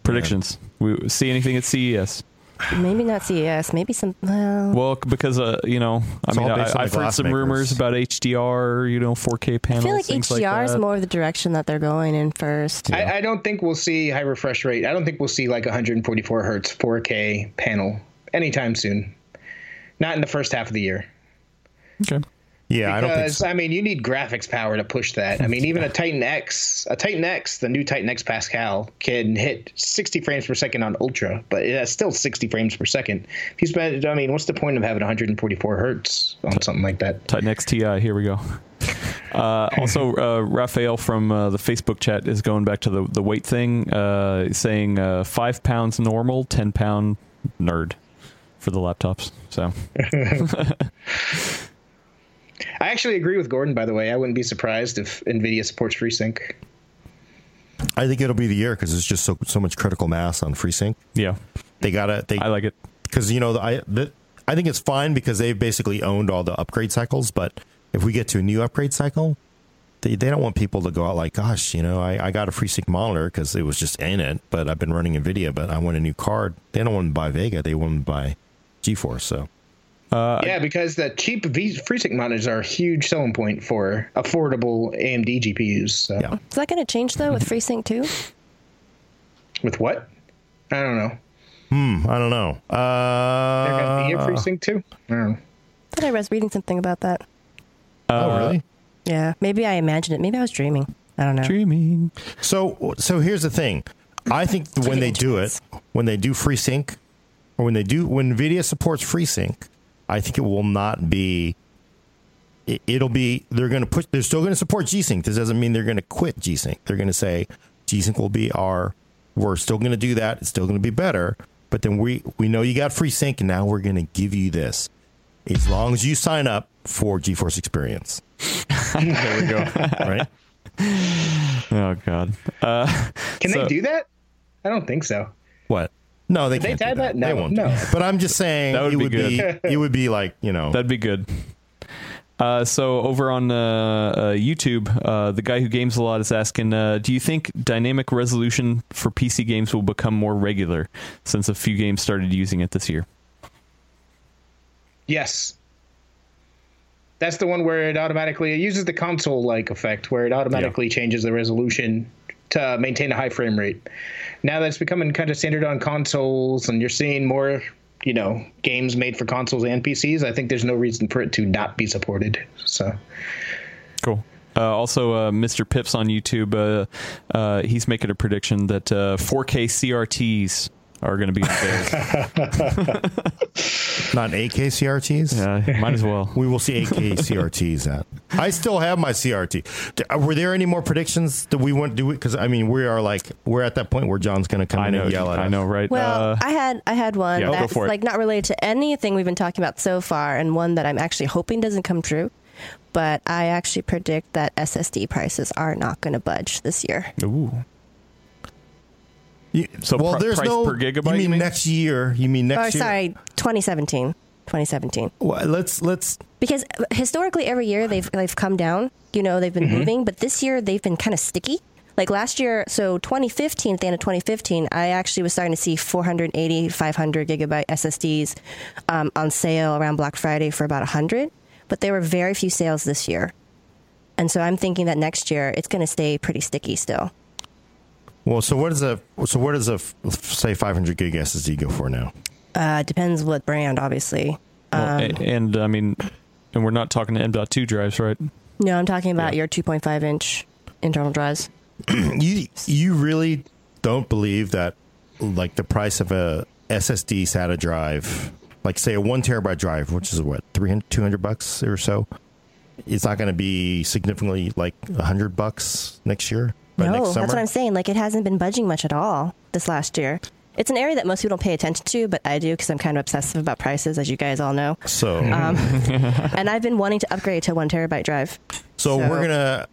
D: Predictions. We see anything at E CES.
C: Maybe not CES. Maybe some. Well,
D: Well, c- because uh, you know, I
A: It's
D: mean,
A: all
D: I,
A: based on the
D: I've heard some
A: glassmakers.
D: rumors about HDR, you know, 4K
C: I
D: panels.
C: feel like
D: things
C: HDR is
D: that.
C: more of the direction that they're going in first.
E: Oh.
B: I, I don't think we'll see high refresh rate. I don't think we'll see like 144 hertz 4K panel anytime soon. Not in the first half of the year.
D: Okay.
A: Yeah, I don't think
B: Because
A: so.
B: I, mean, you need graphics power to push that. I mean, even a Titan X, a Titan X, the new Titan X Pascal can hit 60 frames per second on Ultra, but it's still 60 frames per second. If you spend, I mean, what's the point of having 144 hertz on something like that?
D: Titan XTI. Here we go. Uh, also, uh, Raphael from uh, the Facebook chat is going back to the, the weight thing, uh, saying uh, five pounds normal, 10 pound nerd for the laptops. So,
B: I actually agree with Gordon, by the way. I wouldn't be surprised if NVIDIA supports FreeSync.
A: I think it'll be the year because it's just so so much critical mass on FreeSync.
D: yeah,
A: They gotta they
D: I like it.
A: because you know the, I the, I think it's fine because they've basically owned all the upgrade cycles. But if we get to a new upgrade cycle, they, they don't want people to go out like, gosh, you know, I, I got a FreeSync monitor because it was just in it, but I've been running Nvidia, but I want a new card. They don't want to buy Vega, they want to buy GeForce. So Uh,
B: yeah, because the cheap v- FreeSync monitors are a huge selling point for affordable AMD GPUs. So.
A: Yeah.
C: Is that going to change though with FreeSync too?
B: With what? I don't know.
A: I don't know.
B: They're
A: Uh,
B: going to be a FreeSync too? I don't know.
C: I thought I was reading something about that.
A: oh, really?
C: Yeah, maybe I imagined it. Maybe I was dreaming. I don't know.
D: Dreaming.
A: So so here's the thing. I think when they do it, when they do FreeSync, or when they do when Nvidia supports FreeSync, I think it will not be. It, it'll be they're going to push. They're still going to support G-Sync. This doesn't mean they're going to quit G-Sync. They're going to say G-Sync will be our. We're still going to do that. It's still going to be better. But then we we know you got FreeSync, and now we're going to give you this, as long as you sign up for GeForce Experience,
D: There we go.
A: right?
D: oh, God. Uh,
B: Can
D: So-
B: they do that? I don't think so.
A: What? No, they
B: They
A: can't.
B: tie
A: do that.
B: that? No,
A: they won't. do
B: no.
A: that. But I'm just saying
D: That would
A: it
D: be
A: would
D: good.
A: be it would be like you know
D: That'd be good. Uh, so over on uh, uh, YouTube, uh, the guy who games a lot is asking, uh, "Do you think dynamic resolution for PC games will become more regular since a few games started using it this year?"
B: Yes. That's the one where it automatically it uses the console like effect where it automatically changes the resolution to maintain a high frame rate. Now that's becoming kind of standard on consoles and you're seeing more, you know, games made for consoles and PCs. I think there's no reason for it to not be supported. So
D: Cool. Uh, also, uh, Mr. Pips on YouTube, uh, uh, he's making a prediction that uh, 4K CRTs are going to be unveiled.
A: not 8K CRTs.
D: uh, might as well.
A: We will see 8K CRTs at. I still have my CRT. D- uh, Were there any more predictions that we want to do? Because I mean, we are like we're at that point where John's going to come
D: I
A: in
D: know.
A: and yell at
D: I
A: us.
D: know, right?
C: Well,
D: Uh,
C: I had I had one
D: yeah, go
C: that's
D: for it.
C: like not related to anything we've been talking about so far, and one that I'm actually hoping doesn't come true. But I actually predict that SSD prices are not going to budge this year.
D: ooh.
A: You-
D: So
A: well,
D: pri-
A: there's
D: price
A: no
D: per gigabyte,
A: You
D: you
A: mean,
D: mean?
A: next year? You mean
C: Or
A: next year?
C: Oh, sorry, 2017, 2017.
A: Well, let's let's
C: Because uh, historically, every year they've they've come down. You know, they've been moving, but this year they've been kind of sticky. Like last year, so 2015, at the end of 2015, I actually was starting to see 480, 500 gigabyte SSDs um, on sale around Black Friday for about 100, but there were very few sales this year. And so I'm thinking that next year it's going to stay pretty sticky still.
A: well. So what is a so what does a f- say 500 gig SSD go for now?
C: Uh, depends what brand, obviously.
D: Well, a- and I mean, and we're not talking to M.2 drives, right?
C: No, I'm talking about your 2.5 inch internal drives.
A: you you really don't believe that like the price of a SSD SATA drive, like say a one terabyte drive, which is what 300, 200 bucks or so, it's not going to be significantly like hundred bucks next year. by next
C: No,
A: summer.
C: that's what I'm saying. Like it hasn't been budging much at all this last year. It's an area that most people don't pay attention to, but I do because I'm kind of obsessive about prices, as you guys all know.
A: So,
C: Um, And I've been wanting to upgrade to a one terabyte drive.
A: so
C: so-
A: we're gonna.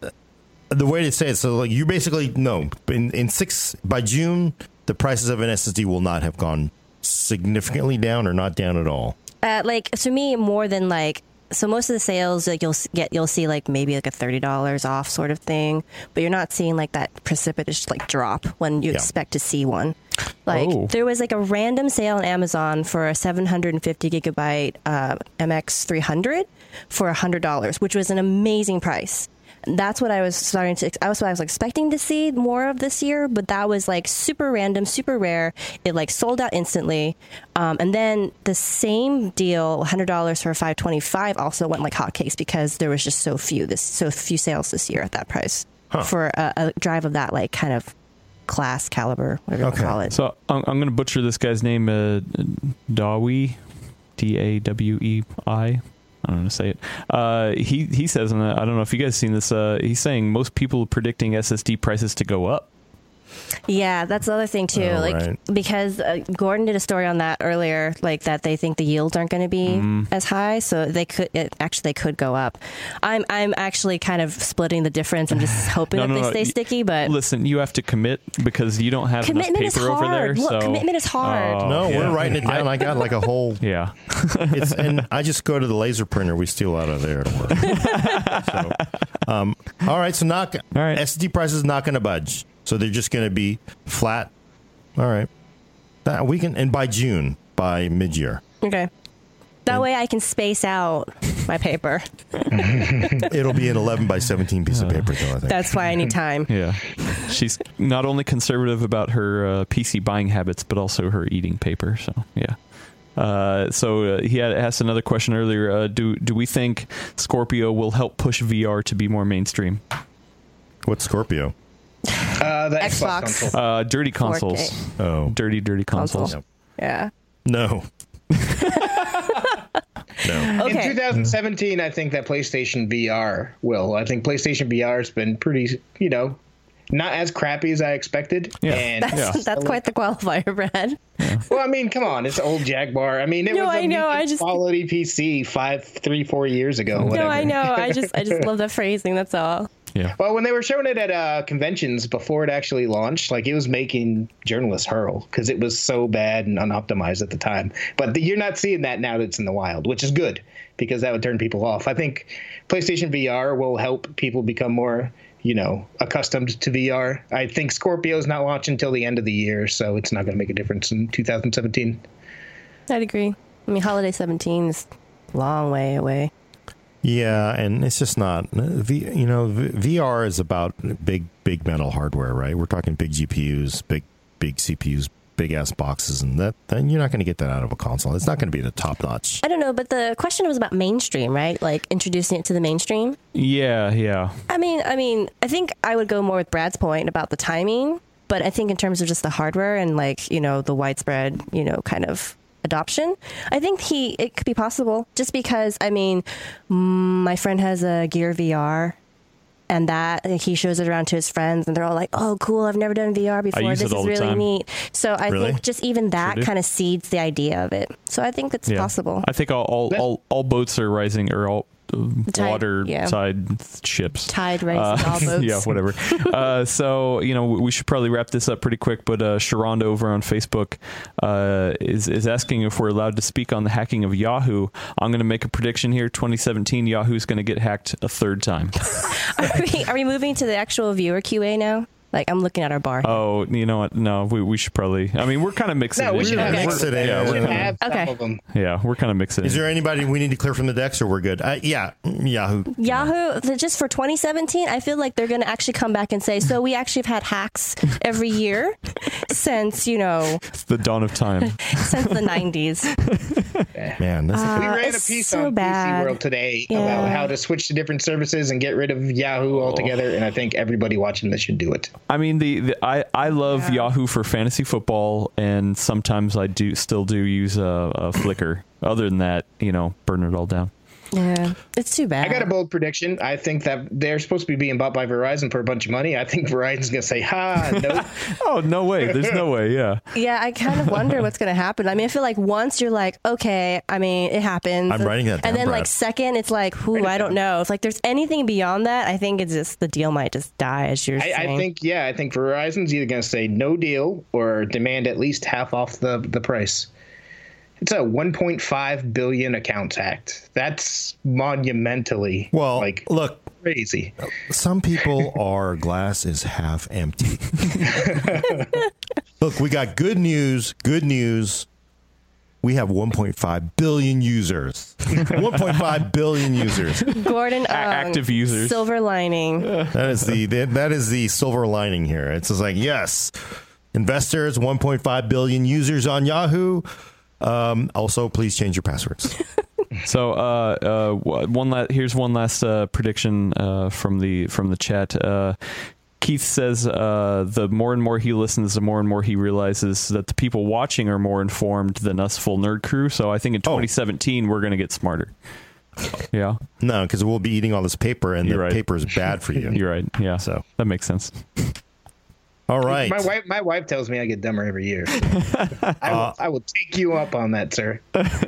A: The way to say it, so like you basically no in in six by June, the prices of an SSD will not have gone significantly down or not down at all.
C: Uh, like to me, more than like so most of the sales like you'll s- get you'll see like maybe like a thirty dollars off sort of thing, but you're not seeing like that precipitous like drop when you expect to see one. Like
D: Oh.
C: there was like a random sale on Amazon for a 750 gigabyte uh, MX 300 for hundred dollars, which was an amazing price. That's what I was starting to. I was what I was expecting to see more of this year, but that was like super random, super rare. It like sold out instantly, um, and then the same deal, hundred dollars for five twenty five, also went like hotcakes because there was just so few this so few sales this year at that price for a, a drive of that like kind of class caliber, whatever
A: Okay.
C: you call it.
D: So I'm, I'm going to butcher this guy's name, uh, Dawi, D A W E I. I don't know how to say it. Uh, he he says, and I don't know if you guys seen this. Uh, he's saying most people are predicting SSD prices to go up.
C: Yeah, that's the other thing too.
A: Oh,
C: like
A: right.
C: because uh, Gordon did a story on that earlier, like that they think the yields aren't going to be
D: Mm-hmm.
C: as high, so they could it, actually they could go up. I'm I'm actually kind of splitting the difference. I'm just hoping
D: No,
C: that
D: no,
C: they
D: no.
C: stay
D: Y-
C: sticky, but
D: Listen, you have to commit because you don't have enough
C: Uh, Commitment
D: paper
C: is
D: over there.
C: hard. Look,
D: so
C: commitment is hard.
D: Oh,
A: no,
D: yeah.
A: we're writing it down. I got like a whole.
D: Yeah,
A: It's and I just go to the laser printer we steal out of there. To work. so, um, all right, so not
D: All right.
A: SSD prices not going to budge, so they're just going to be flat. All right, that we can and by June, by mid year.
C: okay. That way I can space out my paper.
A: It'll be an 11 by 17
D: Uh.
A: piece of paper, though, I think.
C: That's why I need time.
D: yeah. She's not only conservative about her uh, PC buying habits, but also her eating paper. So yeah. Uh, so uh, he had asked another question earlier. Uh, do do we think Scorpio will help push VR to be more mainstream?
A: What's Scorpio?
B: Uh, the Xbox.
C: Xbox.
B: console.
D: Uh, dirty consoles,
C: 4K.
A: Oh,
D: dirty dirty consoles.
C: Console. Yeah.
A: no. no.
B: In
C: Okay.
B: 2017, I think that PlayStation VR will. I think PlayStation VR has been pretty, you know, not as crappy as I expected.
D: Yeah.
B: And
C: That's, that's quite the qualifier, Brad.
B: well, I mean, come on, it's old Jaguar. I mean, it
C: No,
B: was a
C: I know, I
B: decent
C: just-
B: quality PC five, three, four years ago.
C: No,
B: whatever.
C: I know. I just I just love the phrasing. That's all.
D: Yeah.
B: Well, when they were showing it at uh, conventions before it actually launched, like it was making journalists hurl because it was so bad and unoptimized at the time. But the, you're not seeing that now that it's in the wild, which is good because that would turn people off. I think PlayStation VR will help people become more, you know, accustomed to VR. I think Scorpio's not launching until the end of the year, so it's not going to make a difference in 2017.
C: I'd agree. I mean, holiday 17 is a long way away.
A: Yeah, and it's just not. uh, V, you know, v, VR is about big, big metal hardware, right? We're talking big GPUs, big, big CPUs, big ass boxes, and that. Then you're not going to get that out of a console. It's not going to be the top notch.
C: I don't know, but the question was about mainstream, right? Like introducing it to the mainstream.
D: Yeah, yeah.
C: I mean, I mean, I think I would go more with Brad's point about the timing, but I think in terms of just the hardware and like, you know, the widespread, you know, kind of adoption, I think he it could be possible just because I mean, mm, my friend has a Gear VR and that he shows it around to his friends and they're all like, "Oh, cool, I've never done VR before.
D: use
C: This
D: it
C: is
D: all the
C: really
D: time."
C: neat." So I
A: Really?
C: think just even that
D: do.
C: kind of seeds the idea of it. So I think it's
D: Yeah.
C: possible.
D: I think all all, all, all boats are rising or all uh,
C: Tide,
D: water
C: yeah.
D: side ships.
C: Tide rises all boats.
D: Uh, yeah, whatever. uh, so you know, we- we should probably wrap this up pretty quick. But uh, Sharonda over on Facebook uh, is is asking if we're allowed to speak on the hacking of Yahoo. I'm going to make a prediction here. 2017, Yahoo's going to get hacked a third time.
C: Are we, are we moving to the actual viewer QA now? Like I'm looking at our
A: Uh,
C: bar.
D: oh, you know what? No, we, we should probably. I mean, we're kind of mixing.
B: No,
D: it
B: we
D: in
B: should
D: here.
B: have
A: Okay.
B: X
A: Mix it in.
D: Yeah, we're-
B: should have some
C: Okay.
B: of them.
D: yeah, we're kind of mixing.
A: Is
D: it. in.
A: there anybody we need to clear from the decks, or we're good? Uh, yeah, Yahoo.
C: Yahoo, th- just for 2017, I feel like they're going to actually come back and say, so we actually have had hacks every year since, you know,
D: It's the dawn of time.
C: since the 90s.
A: Man, this
B: We ran a
C: Uh, it's
B: piece
C: so
B: on
C: bad.
B: PC World today
C: Yeah.
B: about how to switch to different services and get rid of
A: Oh.
B: Yahoo altogether, and I think everybody watching this should do it.
D: I mean, the, the I I love Yahoo for fantasy football, and sometimes I do still do use a, uh Flickr. Other than that, you know, burn it all down.
C: Yeah. It's too bad.
B: I got a bold prediction. I think that they're supposed to be being bought by Verizon for a bunch of money. I think Verizon's going to say, "Ha, no."
D: Oh no way! There's no way. Yeah,
C: yeah, I kind of wonder what's going to happen. I mean, I feel like once you're like, okay, I mean, it happens.
A: I'm writing that down,
C: And then,
A: Brad.
C: like, second, it's like, who, I don't know. If, like, there's anything beyond that, I think it's just the deal might just die, as you're
B: I,
C: saying.
B: I think, yeah, I think Verizon's either going to say no deal or demand at least half off the the price. it's a 1.5 billion accounts hacked. That's monumentally
A: Well,
B: like
A: look,
B: crazy.
A: some people are glass is half empty. Look, we got good news. Good news. We have 1.5 billion users. 1.5 billion users.
C: Gordon Ung,
D: active users.
C: Silver lining.
A: That is the that is the silver lining here. It's just like yes, investors, 1.5 billion users on Yahoo. Um, also, please change your passwords.
D: So uh, uh, wh- one la- here's one last uh, prediction uh, from the from the chat. Uh, Keith says uh, the more and more he listens, the more and more he realizes that the people watching are more informed than us full nerd crew. So I think in 2017 we're going to get smarter. Yeah,
A: No, because we'll be eating all this paper, and
D: You're
A: the
D: right.
A: paper is bad for you.
D: you're right. Yeah,
A: So.
D: that makes sense.
A: all right.
B: My wife, my wife tells me I get dumber every year. I, will, I will take you up on that, sir.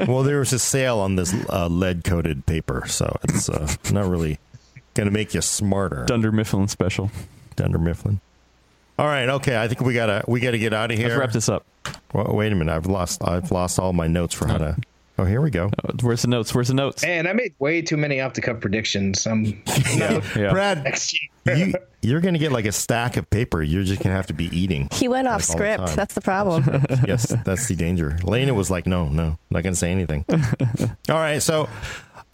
A: Well, there was a sale on this uh, lead coated paper, so it's uh, not really going to make you smarter.
D: Dunder Mifflin special.
A: Dunder Mifflin. All right, okay. I think we gotta we gotta get out of here.
D: Let's wrap this up.
A: Well, wait a minute. I've lost I've lost all my notes for how to. Oh, here we go.
D: Uh, Where's the notes? Where's the notes?
B: And I made way too many off the cuff predictions. I'm
A: Yeah.
D: Yeah.
A: Brad,
B: next year.
A: you you're gonna get like a stack of paper. You're just gonna have to be eating.
C: He went off
A: Like all the
C: script.
A: time.
C: That's the problem.
A: yes, that's the danger. Lena was like, "No, no, not going to say anything." All right, so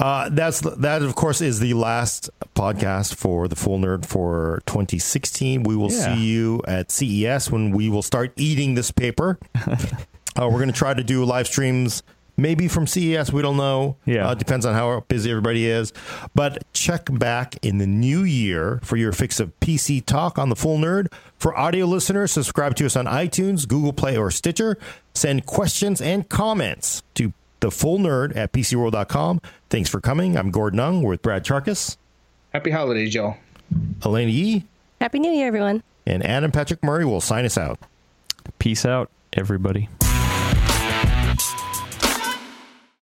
A: uh, that's that. Of course, is the last podcast for the Full Nerd for 2016. We will
D: Yeah.
A: see you at CES when we will start eating this paper. uh, we're going to try to do live streams. Maybe from CES, we don't know.
D: Yeah.
A: uh, depends on how busy everybody is. But check back in the new year for your fix of PC talk on the Full Nerd. For audio listeners, subscribe to us on iTunes, Google Play, or Stitcher. Send questions and comments to the Full Nerd at PCWorld.com. Thanks for coming. I'm Gordon Ung with Brad Charkas,
B: Happy holidays, y'all.
A: Elena Yee,
C: Happy New Year, everyone.
A: and Adam Patrick Murray will sign us out.
D: Peace out, everybody.